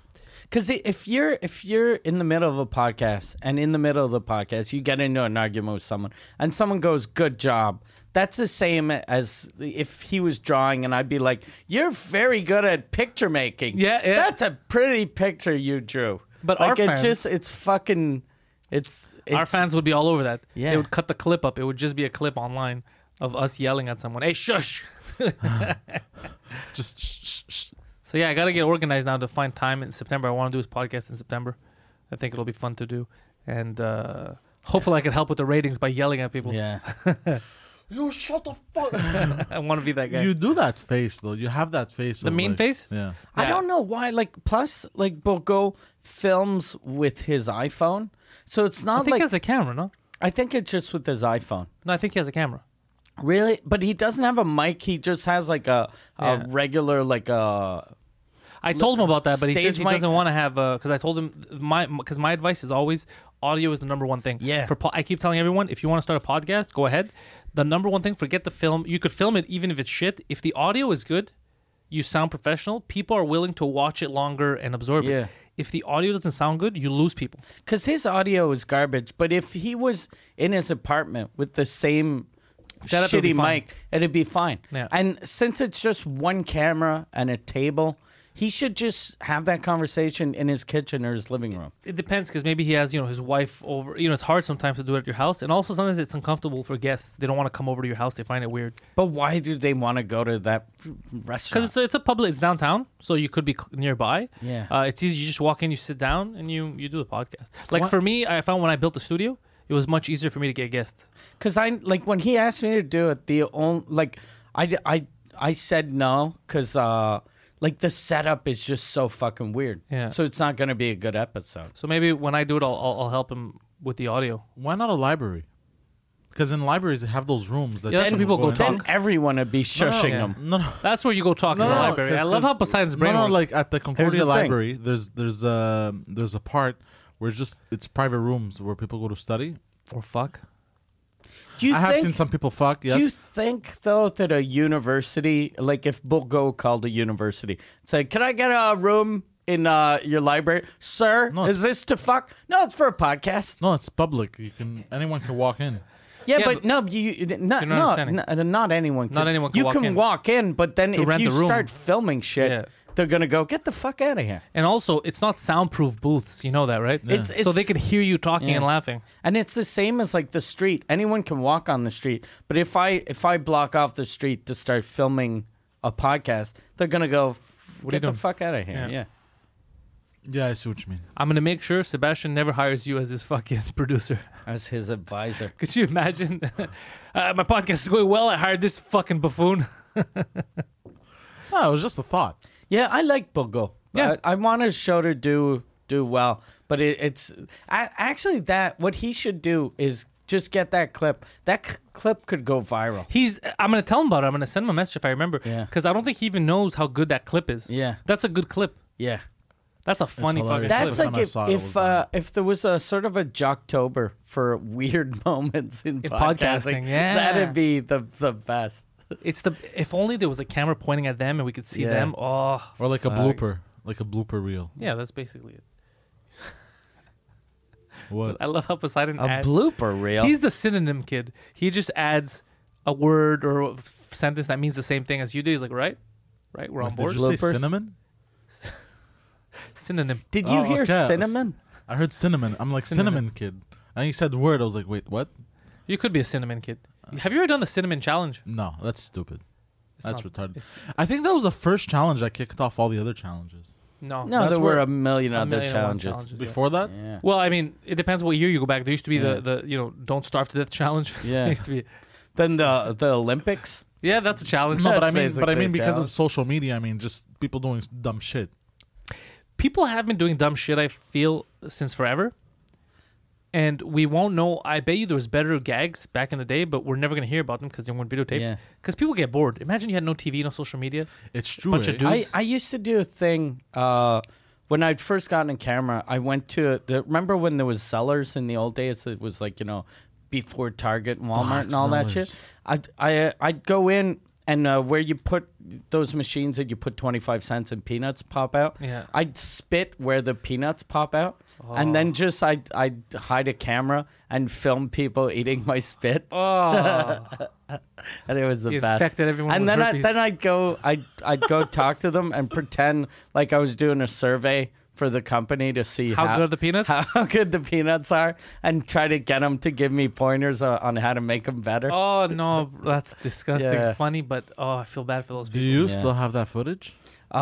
B: Because if you're if you're in the middle of a podcast and in the middle of the podcast you get into an argument with someone and someone goes, "Good job." That's the same as if he was drawing and I'd be like, "You're very good at picture making."
A: Yeah, yeah.
B: That's a pretty picture you drew.
A: But
B: like
A: our
B: it
A: fans-
B: just it's fucking it's, it's
A: our fans would be all over that.
B: Yeah.
A: They would cut the clip up. It would just be a clip online of us yelling at someone. Hey, shush.
C: just shh, shh, shh.
A: So yeah, I got to get organized now to find time in September. I want to do his podcast in September. I think it'll be fun to do. And uh, hopefully I can help with the ratings by yelling at people.
B: Yeah.
C: you shut the fuck.
A: I want to be that guy.
C: You do that face though. You have that face. The
A: mean face?
C: Yeah.
B: I
A: Yeah.
B: don't know why. Like, plus, like, Bogo films with his iPhone, so it's
A: I
B: not
A: think
B: like
A: he has a camera, no?
B: I think it's just with his iPhone.
A: No, I think he has a camera.
B: Really? But he doesn't have a mic. He just has like a, a
A: Yeah.
B: regular like a
A: I told him about that, but he
B: Stage
A: says he
B: mic-
A: doesn't want to have because I told him my because my advice is always audio is the number one thing.
B: Yeah.
A: For po- I keep telling everyone if you want to start a podcast, go ahead. The number one thing, forget the film. You could film it even if it's shit. If the audio is good, you sound professional. People are willing to watch it longer and absorb
B: Yeah.
A: it. If the audio doesn't sound good, you lose people.
B: because his audio is garbage. But if he was in his apartment with the same
A: Setup, it'd be
B: shitty
A: fine.
B: mic, it'd be fine.
A: Yeah.
B: And since it's just one camera and a table, he should just have that conversation in his kitchen or his living room.
A: It depends because maybe he has you know his wife over. You know it's hard sometimes to do it at your house, and also sometimes it's uncomfortable for guests. They don't want to come over to your house. They find it weird.
B: But why do they want to go to that
A: because
B: restaurant?
A: it's, it's a public it's downtown so you could be cl- nearby
B: Yeah.
A: uh, it's easy you just walk in you sit down and you you do the podcast like for me i found when i built the studio it was much easier for me to get guests
B: Because I like when he asked me to do it, the only like I d- I I said no because uh like the setup is just so fucking weird.
A: Yeah.
B: So it's not gonna be a good episode.
A: so maybe when i do it i'll, I'll, I'll help him with the audio
C: Why not a library? Because in libraries they have those rooms that
A: Yeah, that's
C: you
A: where people go
C: in.
B: Then everyone would be
C: No, Mm. no,
B: shushing
A: yeah.
B: him.
C: No, no.
A: that's where you go talk in the library
C: 'cause-
A: i love
C: 'cause-
A: how poseidon's brain
C: No, no,
A: works.
C: like at the Concordia
B: the thing.
C: Library, there's there's a there's a part where it's just it's private rooms where people go to study.
A: or Oh, fuck
B: Do you
C: I have
B: think?
C: seen some people fuck. Yes,
B: do you think though that a university, like if Bulgo called a university, said, "Can I get a room in uh, your library, sir?
C: No, it's-
B: is this to fuck? No, it's for a podcast.
C: no, it's public. You can anyone can walk in.
B: Yeah,
A: Yeah,
B: but, no, you, you not
A: You're
B: no,
A: not
B: no,
A: understanding.
B: n- not anyone. Can,
A: Not anyone can
B: you
A: walk
B: can
A: in.
B: walk in, but then if
A: rent
B: you
A: the room.
B: start filming shit,
A: Yeah.
B: they're gonna go get the fuck out of here.
A: And also, it's not soundproof booths. You know that, right?
B: It's-
A: so
B: it's-
A: they could hear you talking and
B: Yeah.
A: laughing.
B: And it's the same as like the street. Anyone can walk on the street, but if I if I block off the street to start filming a podcast, they're gonna go. "F-
A: What are you
B: get the
A: doing?"
B: fuck out of here.
A: Yeah.
B: Yeah.
C: Yeah, I see what you mean.
A: I'm gonna make sure Sebastian never hires you as his fucking producer.
B: as his advisor.
A: Could you imagine? uh, my podcast is going well. I hired this fucking buffoon.
C: No, it was just a thought.
B: Yeah, I like Bogo.
A: Yeah.
B: I, I want his show to do do well, but it, it's I, actually that what he should do is just get that clip. That c- clip could go viral.
A: He's. I'm gonna tell him about it. I'm gonna send him a message if I remember.
B: Yeah.
A: Because I don't think he even knows how good that clip is.
B: Yeah.
A: That's a good clip.
B: Yeah.
A: That's a funny fucking
C: hilarious.
B: That's
A: clip.
C: Last
B: like
C: time
B: if
C: I saw it, it was
B: if, uh, if there was a sort of a jocktober for weird moments in,
A: podcasting,
B: podcasting,
A: yeah.
B: that'd be the the best.
A: it's the. If only there was a camera pointing at them and we could see
B: Yeah.
A: them. Oh.
C: Or like a
A: fuck.
C: blooper, like a blooper reel.
A: Yeah, that's basically it.
C: What?
A: I love how Poseidon
B: A
A: adds.
B: blooper reel.
A: He's the synonym kid. He just adds a word or a f- sentence that means the same thing as you did. He's like, right, right, we're on
C: Did
A: board.
C: you say
B: Bloopers?
C: cinnamon?
A: Synonym.
B: Did you
C: Oh,
B: hear
C: okay.
B: cinnamon?
C: I heard cinnamon. I'm like cinnamon, kid. And you said word. I was like, wait, what?
A: You could be a cinnamon kid. Have you ever done the cinnamon challenge?
C: No, that's stupid. that's
A: not-
C: retarded.
A: it's-
C: I think that was the first challenge that kicked off all the other challenges.
A: No,
B: No,
A: that's
B: there were
A: where-
B: a million other
A: million and one
B: challenges.
A: yeah.
C: Before that,
A: Well, I mean, it depends what year you go back. There used to be the, the you know don't starve to death challenge.
B: Yeah.
A: There used to be.
B: Then the the Olympics.
A: Yeah, that's a challenge.
C: no, but
B: That's
C: I mean, but I
B: basically
C: mean,
B: a
C: because of
B: challenge.
C: social media, I mean, just people doing s- dumb shit.
A: people have been doing dumb shit. I feel since forever, and we won't know. I bet you there was better gags back in the day, but we're never gonna hear about them because they weren't videotaped.
B: Yeah.
A: Because people get bored. Imagine you had no TV, no social media.
C: It's true.
A: Bunch of
C: eh?
A: dudes.
B: I, I used to do a thing uh, when I'd first gotten a camera. I went to the, remember when there was Zellers in the old days. It was like you know before Target and Walmart and all that shit. I'd, I I'd go in and uh, where you put those machines that you put twenty five cents and peanuts pop out.
A: Yeah.
B: I'd spit where the peanuts pop out. And
A: Oh.
B: then just I would I'd hide a camera and film people eating my spit.
A: Oh,
B: And it was the
A: You
B: best.
A: infected everyone
B: and
A: with
B: then
A: herpes.
B: I then I'd go I'd I'd go talk to them and pretend like I was doing a survey for the company to see
A: How good are the peanuts?
B: how, how good the peanuts are and try to get them to give me pointers on, on how to make them better.
A: oh no, that's disgusting.
B: Yeah.
A: Funny, but oh, I feel bad for those
C: Do
A: people.
C: you
B: Yeah.
C: still have that footage?
B: Uh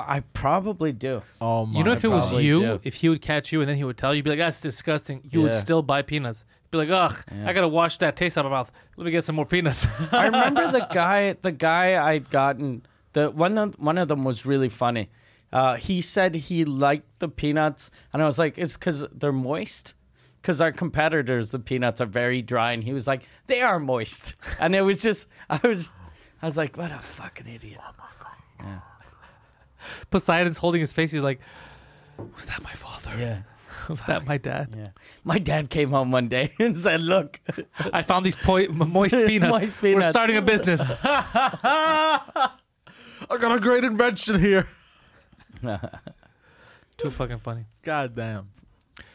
B: I probably do.
C: Oh my!
A: You know, if it was
B: probably
A: you,
B: do.
A: if he would catch you and then he would tell you, be like, "That's disgusting." You would
B: Yeah.
A: still buy peanuts. Be like, "Ugh, I gotta wash that taste out of my mouth. Let me get some more peanuts."
B: I remember the guy the guy I'd gotten the one of, one of them was really funny. Uh, he said he liked the peanuts, and I was like, it's because they're moist. Because our competitors, the peanuts are very dry, and he was like, they are moist, and it was just I was. I was like, what a fucking idiot.
C: Oh
A: Poseidon's holding his face. He's like, "Was that my father?
B: Yeah.
A: Was that my dad?"
B: Yeah. My dad came home one day and said, look,
A: I found these poi- m- moist peanuts.
B: Moist
A: We're
B: peanuts.
A: starting a business.
C: I got a great invention here.
A: Too fucking funny.
C: God damn.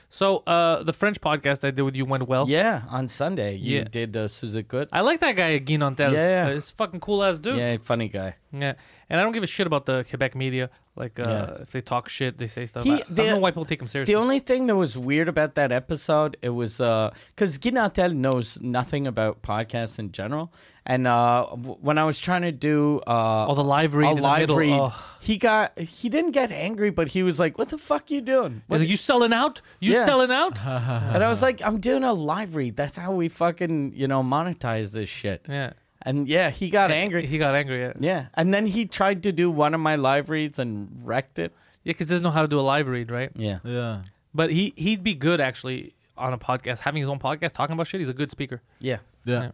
A: So uh, the French podcast I did with you went well.
B: yeah, on Sunday you
A: Yeah.
B: did uh, Suzy Good.
A: I like that guy Guinantel.
B: Yeah, yeah.
A: Uh, he's a fucking cool ass dude.
B: Yeah, funny guy.
A: Yeah. And I don't give a shit about the Quebec media. Like uh,
B: Yeah.
A: if they talk shit, they say stuff.
B: He-
A: I, I don't
B: the-
A: know why people take him seriously.
B: The only thing that was weird about that episode, it was because Guinatel knows nothing about podcasts in general. And uh, w- when I was trying to do uh,
A: Oh, the live read
B: a
A: in the
B: live
A: middle.
B: read,
A: Oh.
B: he got he didn't get angry, but he was like, "What the fuck you doing?"
A: He's
B: What-
A: like, you selling out? You
B: Yeah.
A: selling out?
B: and I was like, "I'm doing a live read. That's how we fucking you know monetize this shit."
A: yeah.
B: And yeah, he got angry.
A: He got angry. Yeah. Yeah,
B: yeah, and then he tried to do one of my live reads and wrecked it.
A: because doesn't know how to do a live read, right?
B: Yeah,
C: Yeah.
A: But he he'd be good actually on a podcast, having his own podcast, talking about shit. He's a good speaker.
B: yeah.
C: Yeah.
A: Yeah. Oh.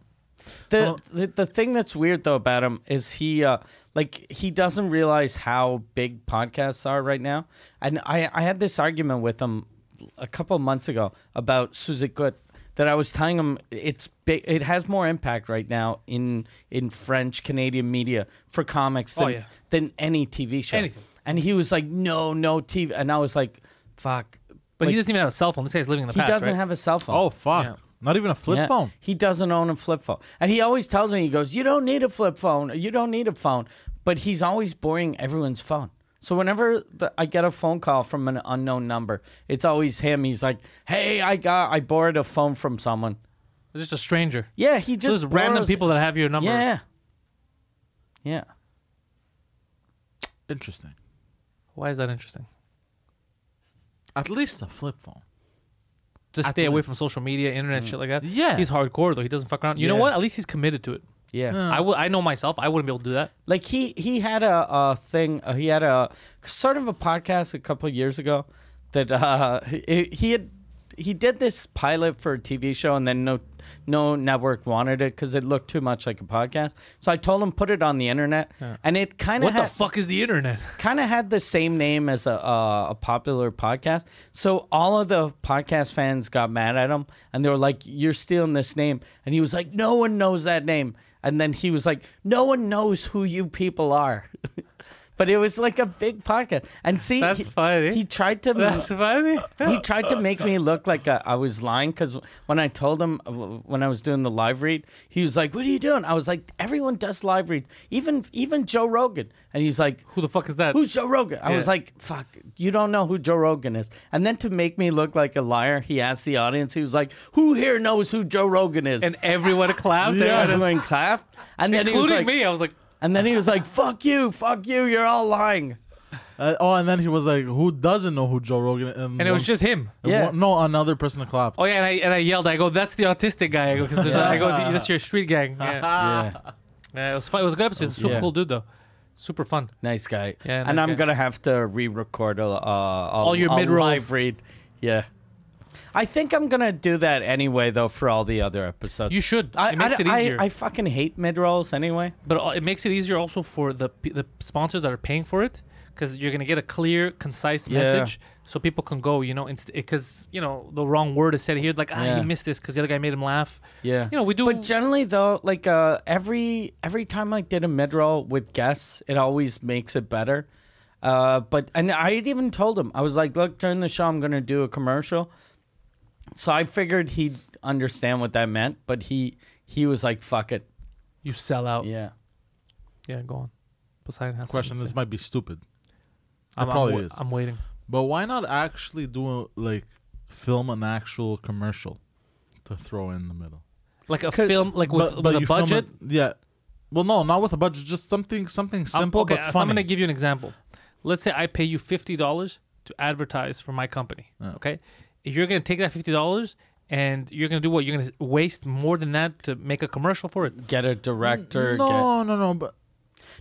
B: the, the the thing that's weird though about him is he uh, like he doesn't realize how big podcasts are right now. And I I had this argument with him a couple of months ago about Suzy Good that I was telling him it's big, it has more impact right now in in French Canadian media for comics
A: Oh,
B: than
A: yeah.
B: than any TV show.
A: Anything.
B: And he was like, no, no TV, and I was like, fuck.
A: But he
B: Like,
A: doesn't even have a cell phone. This guy's living in the
B: he
A: past.
B: doesn't
A: right?
B: have a cell phone.
C: Oh fuck!
A: Yeah.
C: Not even a flip
B: Yeah.
C: phone.
B: He doesn't own a flip phone. And he always tells me, he goes, You don't need a flip phone. You don't need a phone. But he's always borrowing everyone's phone. So whenever the, I get a phone call from an unknown number, it's always him. He's like, "Hey, I got I borrowed a phone from someone."
A: It's just a stranger.
B: Yeah, he just
A: So there's random
B: borrows-
A: people that have your number.
B: Yeah. Yeah.
C: Interesting.
A: Why is that interesting?
C: At least a flip phone.
A: Just stay away from social media, internet, shit like that.
C: Yeah.
A: he's hardcore though. He doesn't fuck around. You know
B: Mm. Yeah.
A: what? At least he's committed to it.
B: Yeah.
A: I would. I know myself. I wouldn't be able to do that.
B: Like he he had a, a thing. Uh, he had a sort of a podcast a couple of years ago that uh, he, he had he did this pilot for a TV show and then no no network wanted it because it looked too much like a podcast. So I told him put it on the internet, and it kind of
A: What the fuck is the internet?
B: kind of had the same name as a, a, a popular podcast. So all of the podcast fans got mad at him and they were like, You're stealing this name. And he was like, No one knows that name. And then he was like, No one knows who you people are. but it was like a big podcast. And see,
A: That's
B: he,
A: funny.
B: he tried to.
A: That's funny.
B: He tried to make me look like I I was lying because when I told him uh, when I was doing the live read, he was like, "What are you doing?" I was like, "Everyone does live reads, even even Joe Rogan." And he's like,
A: Who the fuck is that?
B: Who's Joe Rogan? I was
A: Yeah.
B: like, fuck, you don't know who Joe Rogan is. And then to make me look like a liar, he asked the audience, he was like, who here knows who Joe Rogan is?
A: and everyone clapped.
B: yeah.
A: everyone-
B: everyone clapped. And then
A: including
B: he was like,
A: me. I was like,
B: And then he was like, fuck you, fuck you, you're all lying.
C: Uh, oh, and then he was like, "Who doesn't know who Joe Rogan?" is?"
A: and it was just him.
B: Yeah.
C: one- no another person clapped.
A: Oh yeah, and I and I yelled. I go, that's the autistic guy. I go, because I go, that's your street gang. Yeah,
B: Yeah.
A: yeah it was fun. It was a good episode. He's a super
B: Yeah.
A: cool dude though. Super fun.
B: Nice guy.
A: Yeah,
B: and
A: nice
B: I'm
A: guy.
B: going to have to re record a, uh, a,
A: All your
B: a
A: mid-rolls.
B: live read. Yeah. I think I'm going to do that anyway, though, for all the other episodes.
A: You should.
B: I,
A: it makes
B: I-
A: it easier.
B: I, I fucking hate mid rolls anyway.
A: but uh, it makes it easier also for the p- the sponsors that are paying for it because you're gonna get a clear, concise
B: Yeah.
A: message so people can go. You know, because you know the wrong word is said here. Like, ah,
B: Yeah.
A: you missed this because the other guy made him laugh.
B: Yeah.
A: you know, we do.
B: But generally though, like uh every every time I did a mid roll with guests, it always makes it better. Uh but and I had even told him, I was like, look, during the show I'm gonna do a commercial. So I figured he'd understand what that meant, but he he was like, fuck it.
A: you sell out. Yeah,
B: Yeah.
A: go on. Poseidon has
C: Question:
A: something to
C: This
A: say.
C: might be stupid,
A: I'm, I'm
C: probably
A: wa-
C: is.
A: I'm waiting.
C: but why not actually do a, like film an actual commercial to throw in the middle
A: Like a film, like with,
C: But-
A: with
C: but
A: a
C: you film
A: budget.
C: it- yeah. Well, no, not with a budget. Just something something
A: I'm-
C: simple
A: okay,
C: but
A: so
C: funny.
A: I'm gonna give you an example. Let's say I pay you fifty dollars to advertise for my company. Okay, you're gonna take that fifty dollars and you're gonna do what? You're gonna waste more than that to make a commercial for it.
B: Get a director, get
C: no, no, no. But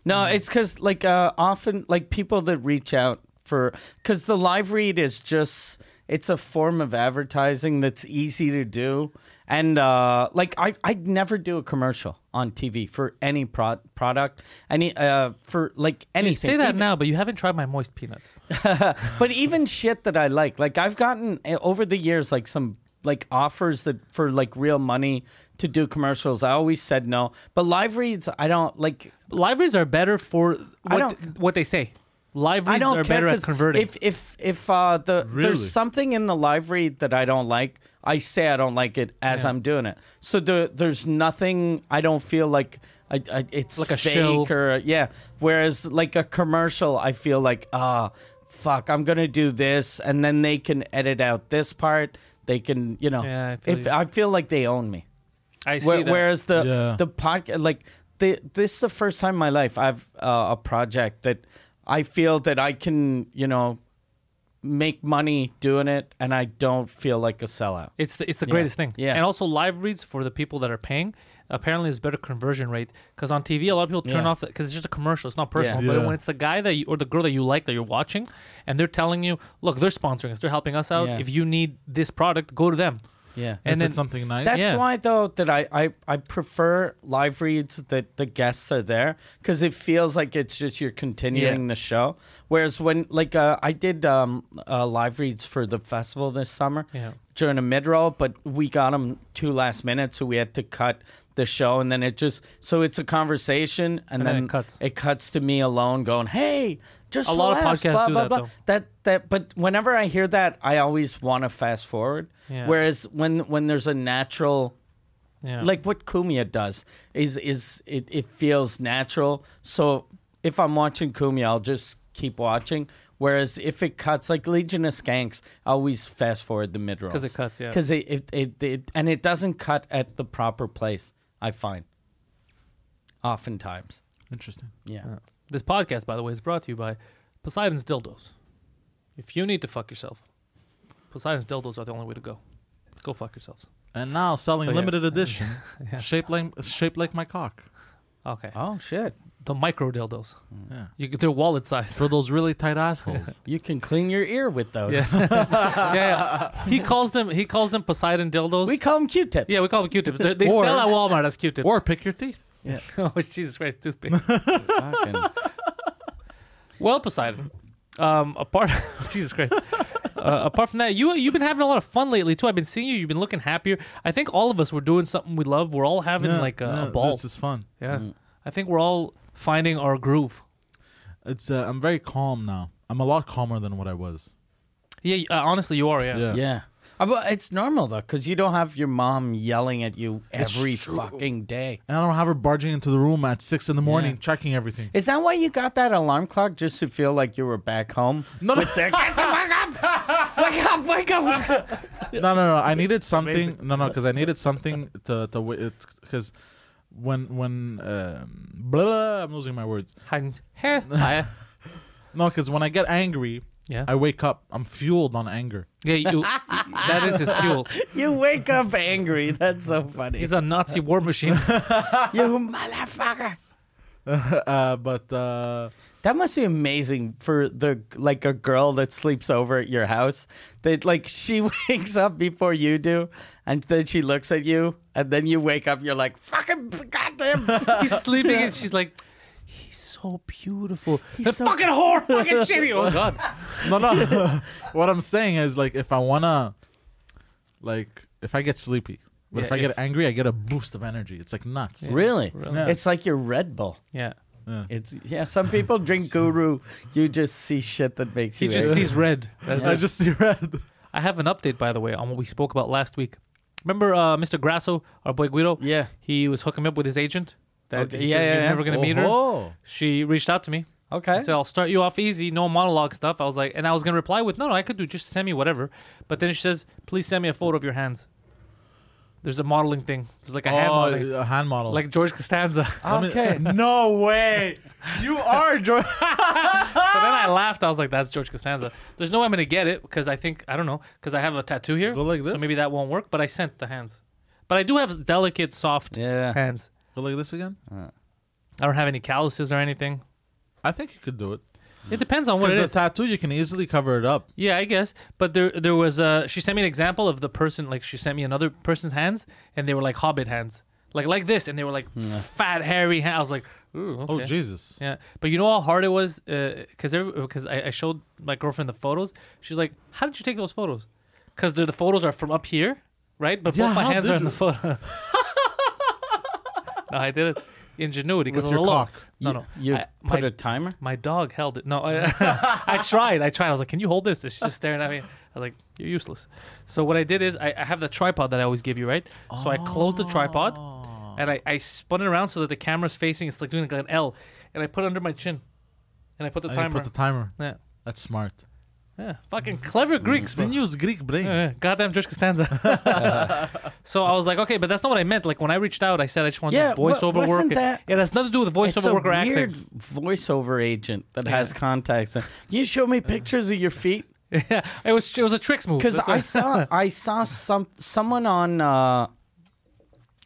B: No,
A: Mm-hmm.
B: it's because like uh, often like people that reach out for because the live read is just it's a form of advertising that's easy to do, and uh, like I I'd never do a commercial on TV for any pro- product any uh for like anything.
A: You say that
B: even-
A: now, but you haven't tried my moist peanuts.
B: but even shit that I like, like I've gotten uh, over the years, like some like offers that for like real money to do commercials. I always said no, but live reads I don't like.
A: Libraries are better for
B: I
A: what,
B: don't-
A: what they say. Live
B: I
A: reads
B: don't
A: are
B: care
A: better at
B: 'cause
A: converting.
B: If if if uh, the
C: Really?
B: there's something in the live read that I don't like, I say I don't like it as I'm doing it. So the, there's nothing I don't feel like I, I, it's
A: Like a
B: fake
A: shill.
B: or yeah. Whereas like a commercial, I feel like ah fuck, I'm gonna do this, and then they can edit out this part. They can you know.
A: Yeah, I feel
B: if,
A: you.
B: I feel like they own me.
A: I see
B: Where,
A: that.
B: whereas the
C: Yeah.
B: the podcast, like the, this is the first time in my life I've uh, a project that I feel that I can, you know, make money doing it, and I don't feel like a sellout.
A: It's the it's the greatest thing.
B: Yeah.
A: And also live reads for the people that are paying apparently is better conversion rate because on TV a lot of people turn
B: Yeah.
A: off because it's just a commercial. It's not personal.
C: Yeah.
A: But when it's the guy that you, or the girl that you like that you're watching and they're telling you, look, they're sponsoring us, they're helping us out.
B: Yeah.
A: If you need this product, go to them.
B: Yeah,
C: if
A: And then
C: it's something nice.
B: That's
A: Yeah.
B: why though that I, I, I prefer live reads that the guests are there because it feels like it's just you're continuing
A: Yeah.
B: the show. Whereas when like uh, I did um, uh, live reads for the festival this summer
A: Yeah.
B: during a mid roll, but we got them two last minutes, so we had to cut the show, and then it just so it's a conversation, and,
A: And then it cuts.
B: to me alone going, hey. Just
A: A lot of
B: relax,
A: podcasts
B: blah,
A: do
B: blah,
A: that,
B: blah."
A: though.
B: That that, but whenever I hear that, I always want to fast forward.
A: Yeah.
B: Whereas when when there's a natural
A: Yeah.
B: like what Kumia does is is it, it feels natural. So if I'm watching Kumia, I'll just keep watching. Whereas if it cuts, like Legion of Skanks, I always fast forward the mid rolls
A: 'Cause it cuts, yeah.
B: Because it, it, it, it and it doesn't cut at the proper place. I find. Oftentimes,
C: Interesting.
B: yeah.
A: This podcast, by the way, is brought to you by Poseidon's Dildos. If you need to fuck yourself, Poseidon's Dildos are the only way to go. Go fuck yourselves.
C: And now selling
A: So, yeah.
C: limited edition, shaped like shaped like my cock.
A: Okay.
B: Oh shit!
A: The micro dildos.
B: Mm.
C: Yeah.
A: You, they're wallet size.
C: For those really tight assholes.
B: You can clean your ear with those.
A: yeah, yeah. He calls them. He calls them Poseidon dildos.
B: We call them Q-tips.
A: yeah, we call them Q-tips. They're, they
B: Or-
A: sell at Walmart as Q-tips.
C: or pick your teeth.
A: oh, Jesus Christ, toothpick.
B: Fucking-
A: well, Poseidon. Um, apart, Jesus Christ. Uh, apart from that, you you've been having a lot of fun lately too. I've been seeing you. You've been looking happier. I think all of us were doing something we love. We're all having
C: Yeah,
A: like a,
C: yeah,
A: a ball.
C: This is fun.
A: yeah, I think we're all finding our groove.
C: It's uh, I'm very calm now. I'm a lot calmer than what I was.
A: Yeah, uh, honestly, you are. Yeah.
C: Yeah.
B: Yeah. Uh, well, It's normal though, because you don't have your mom yelling at you every fucking day.
C: And I don't have her barging into the room at six in the morning
B: Yeah.
C: checking everything.
B: Is that why you got that alarm clock just to feel like you were back home?
C: No, no, no,
B: Wake up! Wake up! wake up.
C: no, no. I needed something. No, no, because I needed something to to because when when um, blah, I'm losing my words.
A: Hand- hair- hair.
C: No, because when I get angry,
A: Yeah.
C: I wake up. I'm fueled on anger.
A: Yeah, you, that is his fuel.
B: you wake up angry. That's so funny.
A: He's a Nazi war machine.
B: you motherfucker!
C: Uh, but uh,
B: That must be amazing for the like a girl that sleeps over at your house. That like she wakes up before you do, and then she looks at you, and then you wake up. You're like fucking goddamn.
A: He's sleeping and she's like, he's so beautiful. the
B: so-
A: fucking whore, fucking shitty. Oh God.
C: no, no. what I'm saying is like if I wanna, like if I get sleepy, but
A: Yeah,
C: if I
A: if-
C: get angry, I get a boost of energy. It's like nuts.
B: Really?
C: Yeah.
B: It's like your Red Bull.
A: Yeah.
B: It's yeah. Some people drink Guru. You just see shit that makes
A: He
B: you.
A: just
B: angry.
A: sees red. That's
C: I
A: it.
C: just see red.
A: I have an update, by the way, on what we spoke about last week. Remember, uh, Mr. Grasso, our boy Guido.
B: Yeah.
A: He was hooking me up with his agent. That
B: Okay,
A: he
B: yeah,
A: says
B: yeah,
A: you're
B: yeah.
A: never gonna meet her.
C: Oh,
A: She reached out to me.
B: Okay.
A: I said, I'll start you off easy, no monologue stuff. I was like, and I was gonna reply with, no, no, I could do just send me whatever. But then she says, please send me a photo of your hands. There's a modeling thing. There's like a
B: Oh,
A: hand modeling,
C: Oh, a hand model.
A: like George Costanza.
C: Let me-
B: Okay.
C: no way. You are George.
A: So then I laughed. I was like, "That's George Costanza." There's no way I'm gonna get it because I think I don't know because I have a tattoo here.
C: Go like
A: So
C: this?
A: maybe that won't work. But I sent the hands. But I do have delicate, soft
B: Yeah.
A: hands.
C: Go like this again.
A: I don't have any calluses or anything.
C: I think you could do it.
A: It depends on what
C: Because
A: it
C: the
A: is.
C: tattoo, you can easily cover it up.
A: yeah, I guess. But there, there was. Uh, she sent me an example of the person. Like she sent me another person's hands, and they were like hobbit hands, like like this, and they were like fat, hairy hands. I was like, "Ooh,
C: Hmm. Oh
A: okay."
C: Jesus.
A: Yeah, but you know how hard it was uh, because because I, I showed my girlfriend the photos. She's like, "How did you take those photos?" Because the photos are from up here, right? But
C: Yeah,
A: both my
C: how
A: hands
C: did
A: are in the
C: you-
A: photos. no, I did it ingenuity because
C: With your
A: alone.
C: cock.
A: No, no,
B: You
A: I-
B: put
A: my,
B: a timer.
A: my dog held it. No, I, I tried. I tried. I was like, "Can you hold this?" And she's just staring at me. I was like, "You're useless." So what I did is I, I have the tripod that I always give you, right? So I closed the tripod
B: Oh.
A: and I, I spun it around so that the camera's facing. It's like doing like an L, and I put it under my chin, and I put
B: Oh,
A: the
C: And you
A: timer.
C: put the timer.
A: yeah,
C: That's smart.
A: yeah. Fucking clever Greeks. bro.
C: Genius Greek brain.
A: Yeah, yeah. Goddamn George Costanza. so I was like, okay, but that's not what I meant. Like when I reached out, I said I just wanted
B: Yeah,
A: to voiceover
B: wa- wasn't
A: work. It-
B: that-
A: it has nothing to do with voiceover
B: It's a
A: work or
B: weird
A: acting.
B: voiceover agent that has contacts. You show me pictures of your feet
A: yeah, it was it was a tricks move.
B: because
A: That's
B: I
A: what-
B: saw I saw some someone on. Uh,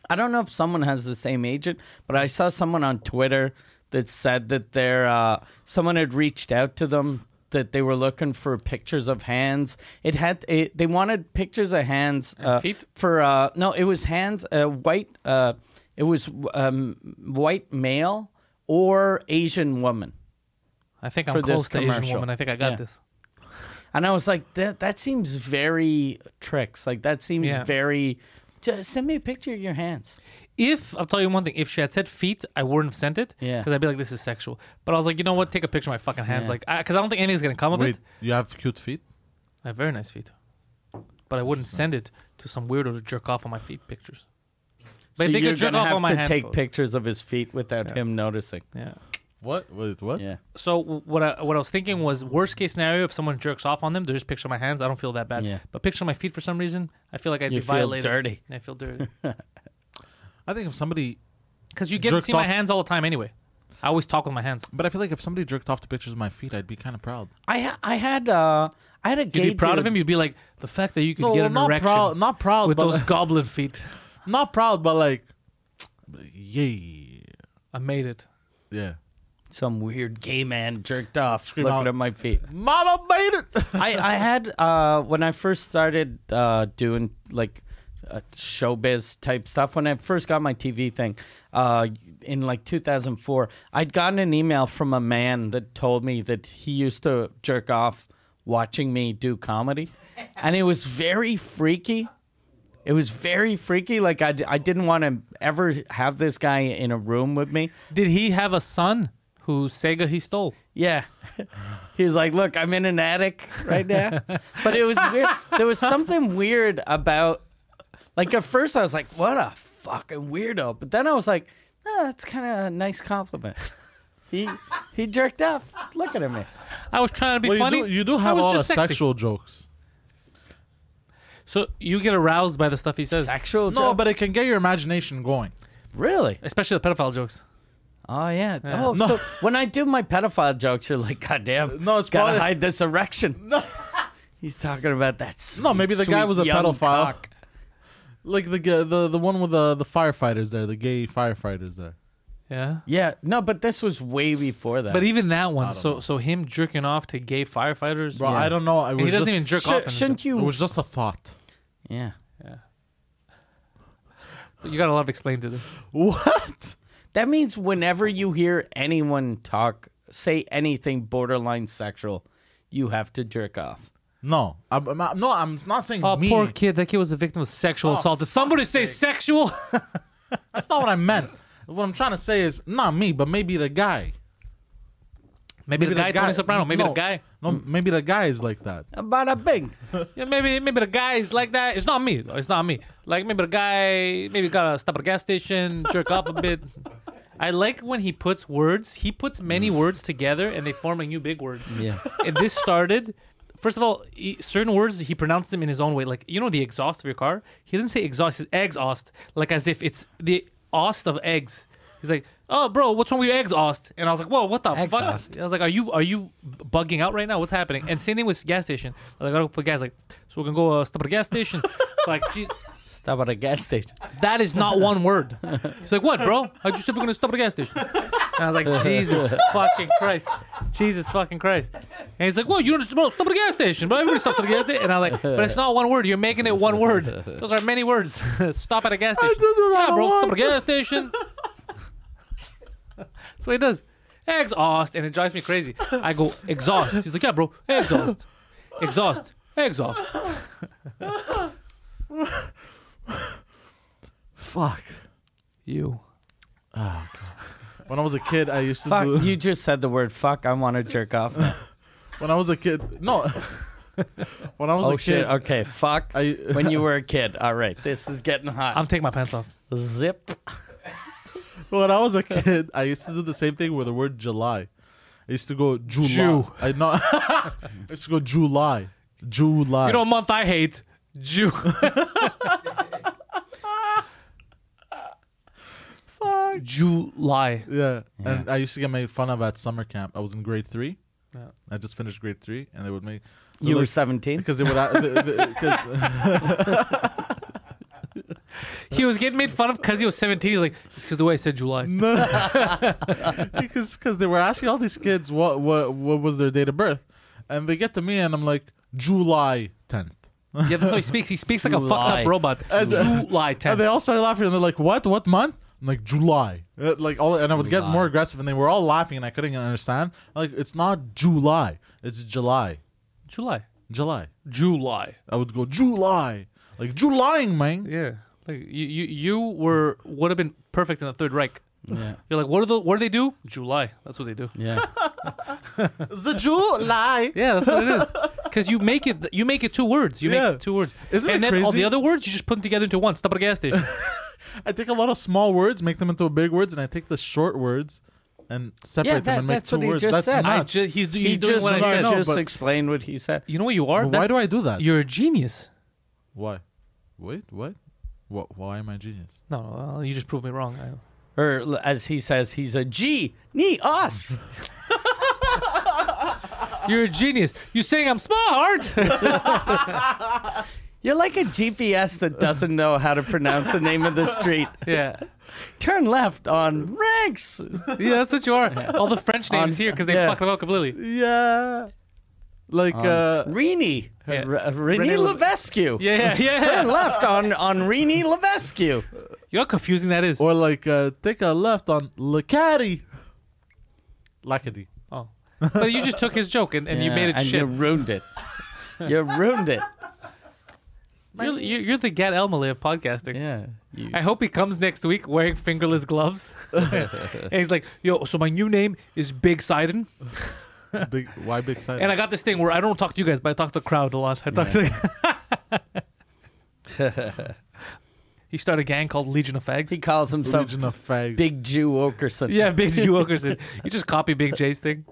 B: I don't know if someone has the same agent, but I saw someone on Twitter that said that their uh, someone had reached out to them that they were looking for pictures of hands. It had it, they wanted pictures of hands uh,
A: feet?
B: for uh, no, it was hands uh, white. Uh, it was um, white male or Asian woman.
A: I think
B: for
A: I'm
B: this
A: close to Asian
B: commercial.
A: woman. I think I got
B: Yeah.
A: this.
B: And I was like, that that seems very tricks. Like that seems
A: Yeah.
B: very. Just send me a picture of your hands.
A: If I'll tell you one thing, if she had said feet, I wouldn't have sent it.
B: Yeah.
A: Because I'd be like, this is sexual. But I was like, you know what? Take a picture of my fucking hands.
B: Yeah.
A: Like, because I don't think anything's gonna come of
C: Wait,
A: it.
C: you have cute feet?
A: I have very nice feet, but I wouldn't send it to some weirdo to jerk off on my feet pictures. But
B: so
A: they
B: you're
A: could jerk
B: gonna
A: off
B: have
A: on my
B: to
A: hand
B: take
A: photo.
B: pictures of his feet without him noticing.
A: Yeah.
C: What? Wait, what?
B: Yeah.
A: So w- what I what I was thinking was worst case scenario if someone jerks off on them, they just picture my hands. I don't feel that bad.
B: Yeah.
A: But picture my feet for some reason, I feel like I'd
B: You
A: be
B: feel
A: violated.
B: dirty.
A: I feel dirty
C: I think if somebody,
A: because you get to
C: Jerked
A: see
C: off-
A: my hands all the time anyway. I always talk with my hands.
C: but I feel like if somebody jerked off the pictures of my feet, I'd be kind of proud.
B: I ha- I had uh I had a
A: You'd
B: gay
A: be proud of
B: dude-
A: him. You'd be like the fact that you could
C: No,
A: get
C: well,
A: an
C: Oh, not
A: erection
C: proud- not proud,
A: with
C: but-
A: those goblin feet.
C: Not proud, but like, yay,
A: I made it.
C: yeah.
B: Some weird gay man jerked off
C: Scream
B: looking
C: out.
B: at my feet.
C: Mama made it.
B: I, I had uh, when I first started uh, doing like uh, showbiz type stuff. When I first got my TV thing uh, in like 2004, I'd gotten an email from a man that told me that he used to jerk off watching me do comedy, and it was very freaky. It was very freaky. Like I, d- I didn't want to ever have this guy in a room with me.
A: Did he have a son who Sega he stole?
B: Yeah. He's like, look, I'm in an attic right now. but it was weird. There was something weird about, like, at first I was like, what a fucking weirdo. But then I was like, oh, that's kind of a nice compliment. He he jerked off looking at me.
A: I was trying to be
C: well,
A: funny.
C: you do, you do
A: I
C: have a
A: was
C: lot of
A: just sexy.
C: sexual jokes.
A: So you get aroused by the stuff he says,
B: Sexual
C: No,
B: joke?
C: but it can get your imagination going.
B: really?
A: especially the pedophile jokes.
B: Oh yeah. Oh, so when I do my pedophile jokes, you're like, God damn,
C: Uh, No, it's
B: gotta
C: probably-
B: hide this erection. He's talking about that. Sweet,
C: No, maybe the guy
B: sweet
C: was a
B: young
C: pedophile.
B: cock.
C: Like the g- the the one with the the firefighters there, the gay firefighters there.
A: Yeah.
B: Yeah, no, but this was way before that.
A: But even that one, so so him jerking off to gay firefighters.
C: Bro, I don't know. I
A: And
C: was
A: he doesn't
C: just,
A: even jerk
B: Sh-
A: off. in it.
B: shouldn't you?
C: It was just a thought.
B: yeah.
A: You got a lot of explain to do.
C: What?
B: That means whenever you hear anyone talk, say anything borderline sexual, you have to jerk off.
C: No, I'm, I'm not- no, I'm not saying
A: Oh,
C: me.
A: poor kid. That kid was a victim of sexual
C: Oh,
A: assault. Did somebody say sexual?
C: That's not what I meant. What I'm trying to say is not me, but maybe the guy.
A: maybe, the guy, Tony Soprano. Maybe
C: no,
A: the guy.
C: No, maybe the guy is like that.
B: About a bing.
A: Yeah, maybe maybe the guy is like that. It's not me. though. It's not me. Like maybe the guy maybe gotta stop at a gas station, jerk off a bit. I like when he puts words. He puts many words together and they form a new big word.
B: Mm. Yeah.
A: and this started. First of all, he, certain words he pronounced them in his own way. Like you know the exhaust of your car. He didn't say exhaust. He said exhaust. Like as if it's the ost of eggs. He's like, oh bro, what's wrong with your exhaust? And I was like, whoa, what the
B: Exhaust.
A: fuck? I was like, are you are you bugging out right now? What's happening? And same thing with gas station. I was like, I put gas. Like, so we're gonna go uh, stop at a gas station. like, geez,
B: Stop at a gas station.
A: that is not one word. He's like, what, bro? I just said we're gonna stop at a gas station. And I was like, Jesus fucking Christ, Jesus fucking Christ. And he's like, well, you don't understand, bro. Stop at a gas station, bro. Everybody stops at a gas station. And I'm like, but it's not one word. You're making it one word. Those are many words. stop at a gas station.
C: do that
A: Yeah, bro.
C: a lot.
A: Stop at a gas station. That's what he does. Exhaust, and it drives me crazy. I go exhaust. He's like, yeah, bro. Exhaust, exhaust, exhaust.
C: Fuck.
A: You.
C: When I was a kid, I used to
B: Fuck,
C: do.
B: you just said the word fuck. I want to jerk off. Now.
C: When I was a kid, no. when I was
B: Oh
C: a kid,
B: shit. Okay, fuck.
C: I-
B: when you were a kid. All right, this is getting hot.
A: I'm taking my pants off.
B: Zip.
C: when I was a kid, I used to do the same thing with the word July. I used to go July.
A: Jew.
C: I know. I used to go July. July.
A: You know, a month I hate Jew. July.
C: Yeah. And I used to get made fun of at summer camp. I was in grade three.
A: Yeah.
C: I just finished grade three, and they would make. they
B: You
C: like-
B: were 17.
C: Because they would. a- they- they- 'cause-
A: He was getting made fun of because he was 17. He's like, it's because the way I said July.
C: because because they were asking all these kids what what what was their date of birth, and they get to me, and I'm like July tenth.
A: Yeah, that's how he speaks. He speaks like a fucked
B: July.
A: up robot. July
C: And they
A: 10th.
C: all started laughing, and they're like, "What? What month?" I'm like July, Uh, like all, and I would get more aggressive, and they were all laughing, and I couldn't understand. I'm like it's not July, it's July,
A: July.
C: July.
A: July.
C: I would go July, like Julying, man.
A: Yeah. Like you, you, you were would have been perfect in the Third Reich. Yeah. You're like, what are the what do they do? July. That's what they do. Yeah.
C: It's the July.
A: that's what it is. Because you make it you make it two words. You
C: Yeah.
A: make it two words.
C: Isn't
A: and
C: it
A: then all
C: crazy?
A: the other words you just put them together into one. Stop at a gas station.
C: I take a lot of small words, make them into big words, and I take the short words and separate
B: Yeah,
C: them
B: that,
C: and make
B: that's
C: two
B: what he
C: words.
B: just
C: that's
B: said.
C: not.
A: I ju- he's, do-
B: he
A: he's doing
B: just,
A: what I
C: no,
A: said.
C: no.
B: just
C: but-
B: explained what he said.
A: You know what you are?
C: But why
A: That's-
C: do I do that?
A: You're a genius.
C: why? Wait, what? What? Why am I genius?
A: No, no, uh, you just proved me wrong. I,
B: Or l- as he says, he's a G, knee, us.
A: You're a genius. You're saying I'm smart.
B: You're like a GPS that doesn't know how to pronounce the name of the street.
A: yeah.
B: Turn left on Rex.
A: Yeah, that's what you are. All the French names here because they
B: yeah.
A: fuck them up completely.
C: Yeah. Like uh,
B: Rini.
A: Yeah.
B: R- uh, Rini
A: Rini Le-
B: Levescu.
A: Yeah, yeah, yeah.
B: Turn left on, on Rini Levescu.
A: You know how confusing that is?
C: or like uh, take a left on Lacadi. Lacadi.
A: oh. So you just took his joke and, and you
B: Yeah,
A: made it
B: and
A: shit.
B: you
A: You're,
B: ruined it. You ruined it.
A: you're, you're the Gad Elmaleh of podcasting.
B: Yeah. You-
A: I hope he comes next week wearing fingerless gloves. and he's like, yo, so my new name is Big Sidon.
C: Big, why big side?
A: And I got this thing where I don't talk to you guys, but I talk to the crowd a lot. I talk to. he started a gang called Legion of Fags.
B: he calls himself
C: Legion of fags.
B: Big Jew Okerson.
A: yeah, Big J Wilkerson. You just copy Big J's thing.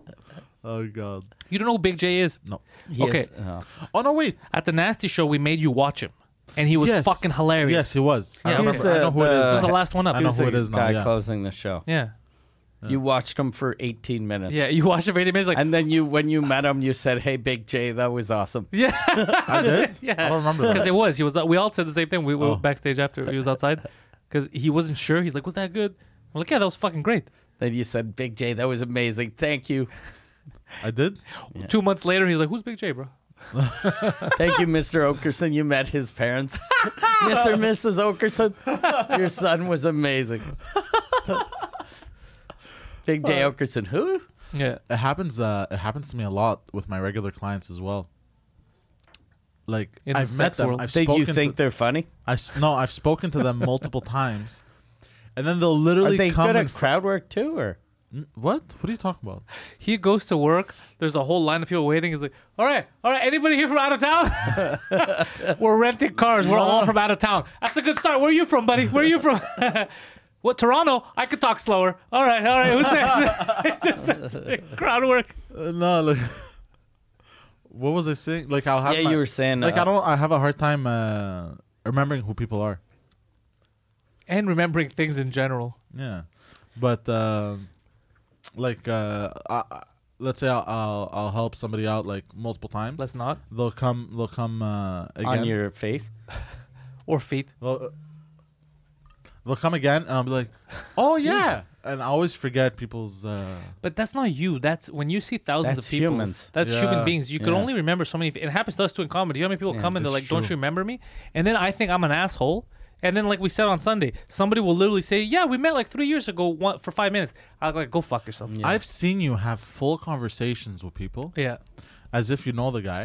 C: oh God.
A: You don't know who Big J is.
C: No.
B: He is-
A: Okay.
B: oh.
C: Oh no! Wait.
A: At the Nasty Show, we made you watch him, and he was
C: Yes.
A: fucking hilarious.
C: Yes, he was. I
A: Yeah,
C: remember.
A: he's
C: I know
B: the-
C: who it is.
B: the-
A: He was
C: now.
A: the last one up.
C: I
A: He
C: know
A: was
C: who
A: like-
C: it is now.
B: guy
C: yeah.
B: closing the show.
A: Yeah,
B: You watched him for 18 minutes.
A: yeah. You watched it for 80 minutes, like,
B: And then you, when you met him, you said, "Hey, Big J, that was awesome."
A: yeah,
C: I did.
A: yeah.
C: I don't remember
A: because
C: that.
A: it was. He was. We all said the same thing. We were
C: Oh.
A: backstage after he was outside, because he wasn't sure. He's like, "Was that good?" I'm like, "Yeah, that was fucking great."
B: Then you said, "Big J, that was amazing. Thank you,
C: I did.
A: Two months later, he's like, "Who's Big J, bro?"
B: thank you, Mr. Okerson. You met his parents, Mr. and Mrs. Okerson. Your son was amazing." Big J Okerson, who?
A: Yeah,
C: It happens. Uh, it happens to me a lot with my regular clients as well. Like
A: In the
C: I've met
A: sex
C: them.
A: world.
C: I've
B: Think you
C: spoken
B: think
C: to,
B: they're funny?
C: I s- no, I've spoken to them multiple times, and then they'll literally
B: Are they
C: come
B: good
C: and
B: at crowd work too, or?
C: what? What are you talking about?
A: he goes to work. There's a whole line of people waiting. He's like, "All right, all right. Anybody here from out of town? We're renting cars. We're all from out of town. That's a good start. Where are you from, buddy? Where are you from? what Toronto? I could talk slower. All right, all right. Who's next? Just- it's crowd work.
C: Uh, no, like what was I saying? Like I'll have.
B: Yeah,
C: my-
B: you were saying,
C: like
B: uh,
C: I don't. I have a hard time uh, remembering who people are.
A: And remembering things in general.
C: Yeah, but um like uh, I, I- let's say I'll, I'll I'll help somebody out like multiple times.
A: Let's not
C: They'll come. They'll come uh, again.
B: On your face?
A: or feet.
C: They'll, uh, they'll come again, and I'll be like, "Oh yeah," and I always forget people's. Uh,
A: But that's not you. That's when you see thousands
B: That's
A: of people.
B: humans.
A: That's
C: Yeah.
A: human beings. You can
B: Yeah.
A: only remember so many. It happens to us too in comedy. You know how many people come and they're like,
C: that's
A: "Don't
C: true.
A: you remember me?" And then I think I'm an asshole. And then, like we said on Sunday, somebody will literally say, "Yeah, we met like three years ago one, for five minutes." I'm like, "Go fuck yourself." Yeah.
C: I've seen you have full conversations with people as if you know the guy,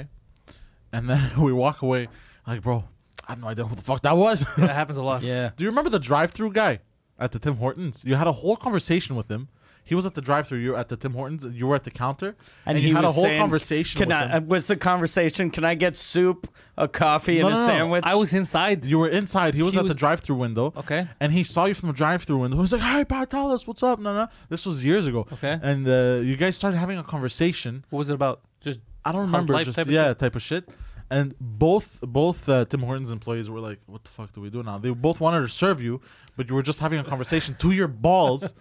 C: and then we walk away like, "Bro, I have no idea who the fuck that was."
A: that happens a lot.
B: Yeah.
C: Do you remember the drive-through guy at the Tim Hortons? You had a whole conversation with him. He was at the drive-through. You were at the Tim Hortons. and You were at the counter, and,
B: he
C: you had a
B: was
C: whole
B: saying,
C: conversation.
B: Can
C: with
B: I?
C: him.
B: Was the conversation? Can I get soup, a coffee,
C: No,
B: and
C: no,
B: a
C: no.
B: sandwich?
A: I was inside.
C: You were inside. He was
A: He
C: at
A: was-
C: the drive-through window.
A: Okay.
C: And he saw you from the drive-through window. He was like, "Hi, Bartalis, what's up?" No, no. This was years ago.
A: Okay.
C: And uh, you guys started having a conversation.
A: What was it about? Just
C: I don't
A: how's
C: remember.
A: life
C: just
A: type of
C: yeah,
A: shit?
C: type of shit. And both both uh, Tim Hortons employees were like, "What the fuck do we do now?" They both wanted to serve you, but you were just having a conversation to your balls,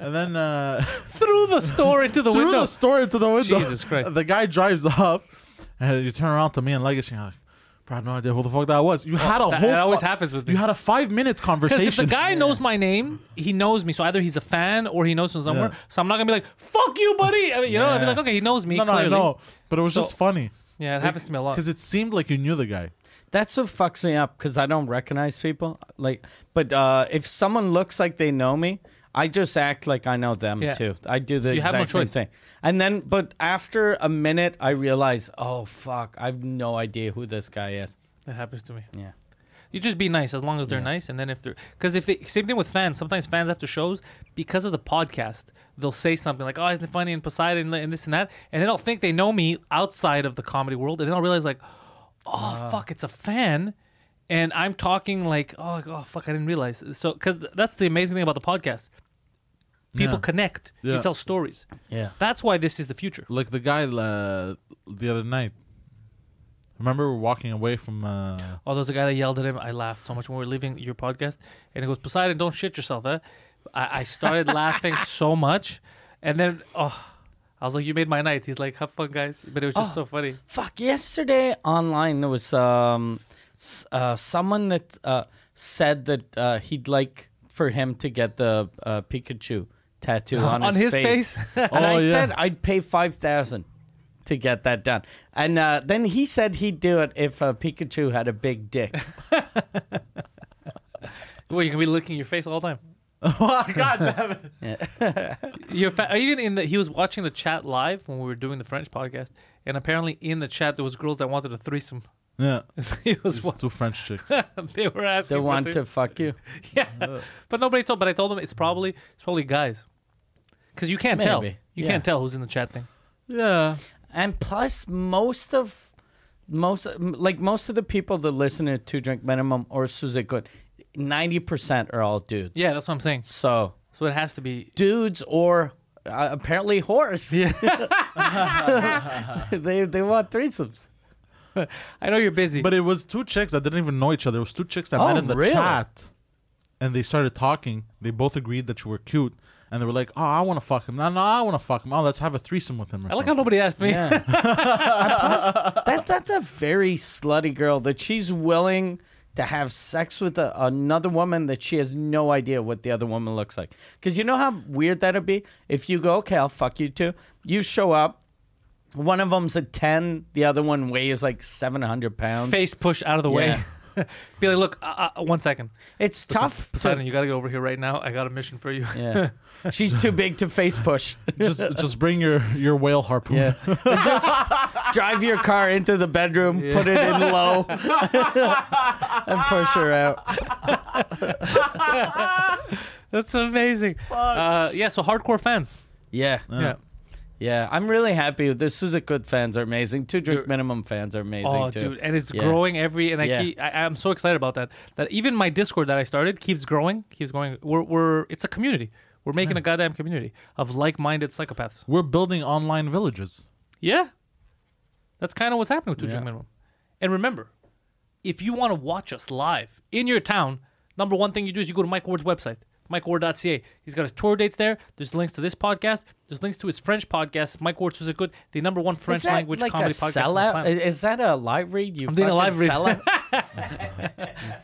C: and then uh,
A: threw the store into the
C: threw
A: window.
C: the store into the window.
A: Jesus Christ.
C: The guy drives up, and you turn around to me and Legacy. and I'm like, Bro, I have no idea who the fuck that was. You had a
A: that-
C: whole.
A: that always
C: fu-
A: happens with me.
C: You had a five-minute
A: Because
C: conversation.
A: if the guy knows my name, he knows me. So either he's a fan or he knows from somewhere.
C: Yeah.
A: So I'm not gonna be like, "Fuck you, buddy." I mean, you know, I'd be
C: Yeah.
A: like, "Okay, he knows me."
C: No, no, I
A: clearly.
C: know. But it was
A: So-
C: just funny.
A: Yeah, it happens to me a lot.
C: Because it seemed like you knew the guy.
B: That's what fucks me up because I don't recognize people. Like, but uh, if someone looks like they know me, I just act like I know them
A: Yeah.
B: too. I do the
A: You have
B: exact
A: no
B: same
A: choice.
B: thing. And then, but after a minute, I realize, oh fuck, I've no idea who this guy is.
A: That happens to me.
B: Yeah.
A: You just be nice as long as they're nice, and then if they're because if they same thing with fans. Sometimes fans after shows because of the podcast, they'll say something like, "Oh, isn't it funny?" and Poseidon and this and that, and then they'll think they know me outside of the comedy world, and then I'll realize like, "Oh fuck, it's a fan," and I'm talking like, "Oh, like, oh fuck, I didn't realize." So because that's the amazing thing about the podcast. People
C: Yeah.
A: connect.
C: Yeah.
A: You tell stories.
B: Yeah.
A: That's why this is the future.
C: Like the guy uh, the other night. Remember, we we're walking away from. Uh,
A: Oh, there was a guy that yelled at him. I laughed so much when we were leaving your podcast. And he goes, Poseidon, don't shit yourself, eh? I, I started laughing so much. And then, oh, I was like, you made my night. He's like, have fun, guys. But it was just
C: Oh.
A: so funny.
B: Fuck, yesterday online there was um s- uh, someone that uh, said that uh, he'd like for him to get the uh, Pikachu tattoo on,
A: On his face?
B: and I
C: Oh, yeah.
B: said I'd pay 5000 to get that done. And uh, then he said he'd do it if uh, Pikachu had a big dick.
A: Well, you can be licking your face all the time.
C: Oh, God damn it!
A: Your fa- even in the, he was watching the chat live when we were doing the French podcast, and apparently in the chat there was girls that wanted a threesome.
C: Yeah,
A: he was,
C: it's two French chicks.
A: they were asking.
B: They
A: for
B: want to
A: threesome.
B: fuck you.
A: yeah. But nobody told. But I told them it's probably it's probably guys, because you can't tell. You
B: Maybe. Yeah.
A: can't tell who's in the chat thing.
C: yeah,
B: And plus, most of most like most of the people that listen to Two Drink Minimum or Suzy Good, ninety percent are all dudes.
A: Yeah, that's what I'm saying.
B: So
A: So it has to be.
B: dudes or uh, apparently horse.
A: Yeah.
B: they they want threesomes.
A: I know you're busy,
C: but it was two chicks that didn't even know each other. It was two chicks that
B: Oh,
C: met in the
B: really?
C: chat, and they started talking. They both agreed that you were cute, and they were like, "Oh, I want to fuck him. No, no, I want to fuck him. Oh, let's have a threesome with him." Or
A: I like how
C: something.
A: nobody asked me.
B: Yeah. And plus, that that's a very slutty girl that she's willing to have sex with a, another woman that she has no idea what the other woman looks like. Because you know how weird that'd be if you go, okay, I'll fuck you too. You show up. One of them's a ten. The other one weighs like seven hundred pounds.
A: Face push out of the way. be like, look, uh, uh, one second,
B: It's tough. to-
A: Poseidon, you got to go over here right now. I got a mission for you.
B: yeah, she's too big to face push.
C: just just bring your your whale harpoon.
B: Yeah. just drive your car into the bedroom, put it in low, and push her out.
A: That's amazing. Uh, yeah, so hardcore fans.
B: Yeah.
A: Yeah.
B: Yeah. I'm really happy with this. Suzuki Good fans are amazing. Two Drink Minimum fans are amazing,
A: Oh,
B: too.
A: dude, and it's
B: Yeah.
A: growing every, and I
B: Yeah.
A: keep, I, I'm so excited about that. That even my Discord that I started keeps growing, keeps going. We're, we're, it's a community. We're making a goddamn community of like-minded psychopaths.
C: We're building online villages.
A: Yeah, that's kind of what's happening with Two Drink Minimum. And remember, if you want to watch us live in your town, number one thing you do is you go to Mike Ward's website, mikeward.ca. He's got his tour dates there. There's links to this podcast. There's links to his French podcast, Mike Ward Susa Good, the number one
B: Is
A: French
B: that
A: language
B: like
A: comedy
B: a
A: podcast. on the
B: sellout?
A: planet.
B: Is, is that a live read? You
A: I'm doing a
B: fucking
A: live read.
B: sellout?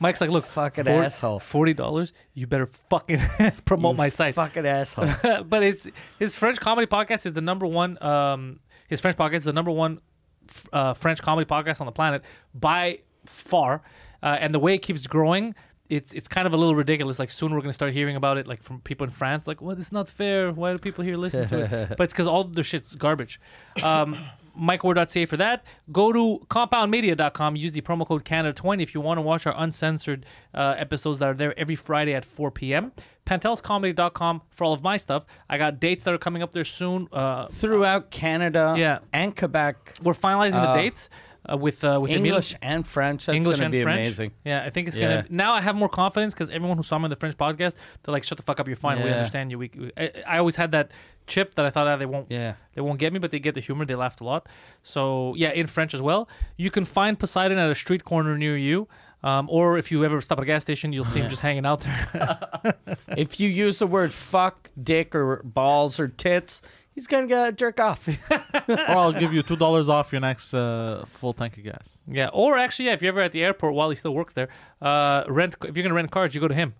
A: Mike's like, look,
B: Fucking
A: for-
B: asshole.
A: forty dollars. You better fucking promote Oh, my site.
B: Fucking asshole.
A: but it's his French comedy podcast is the number one. Um, his French podcast is the number one f- uh, French comedy podcast on the planet by far, uh, and the way it keeps growing. It's, it's kind of a little ridiculous. Like soon we're gonna start hearing about it, like from people in France. Like, what? It's not fair. Why do people here listen to it? But it's because all the shit's garbage. Um, MikeWard.ca for that. Go to compoundmedia.com. Use the promo code Canada20 if you want to watch our uncensored uh, episodes that are there every Friday at 4 p.m. PantelsComedy.com for all of my stuff. I got dates that are coming up there soon. Uh,
B: Throughout Canada
A: Yeah.
B: and Quebec,
A: we're finalizing the
B: Uh,
A: dates uh, with uh, with Emil.
B: English and French. That's
A: English
B: going to
A: and
B: be
A: French.
B: amazing.
A: Yeah, I think it's
B: Yeah.
A: gonna. Now I have more confidence because everyone who saw me in the French podcast, they're like, "Shut the fuck up, you're fine. We
B: Yeah.
A: understand you." We, we- I, I always had that chip that I thought ah, they won't.
B: Yeah.
A: They won't get me, but they get the humor. They laughed a lot. So yeah, in French as well. You can find Poseidon at a street corner near you. Um, or if you ever stop at a gas station, you'll see him just hanging out there.
B: If you use the word fuck, dick, or balls, or tits, he's going to jerk off.
C: or I'll give you two dollars off your next uh, full tank of gas.
A: yeah. Or actually, yeah, if you're ever at the airport while he still works there, uh, rent. If you're gonna rent cars, you go to him.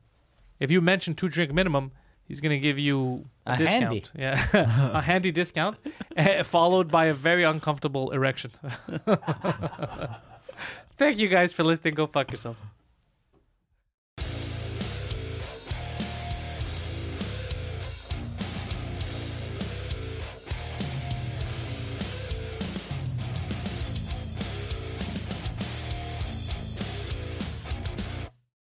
A: If you mention two drink minimum, he's gonna give you a,
B: A
A: discount.
B: handy.
A: Yeah, a handy discount, eh, followed by a very uncomfortable erection. Thank you guys for listening. Go fuck yourselves.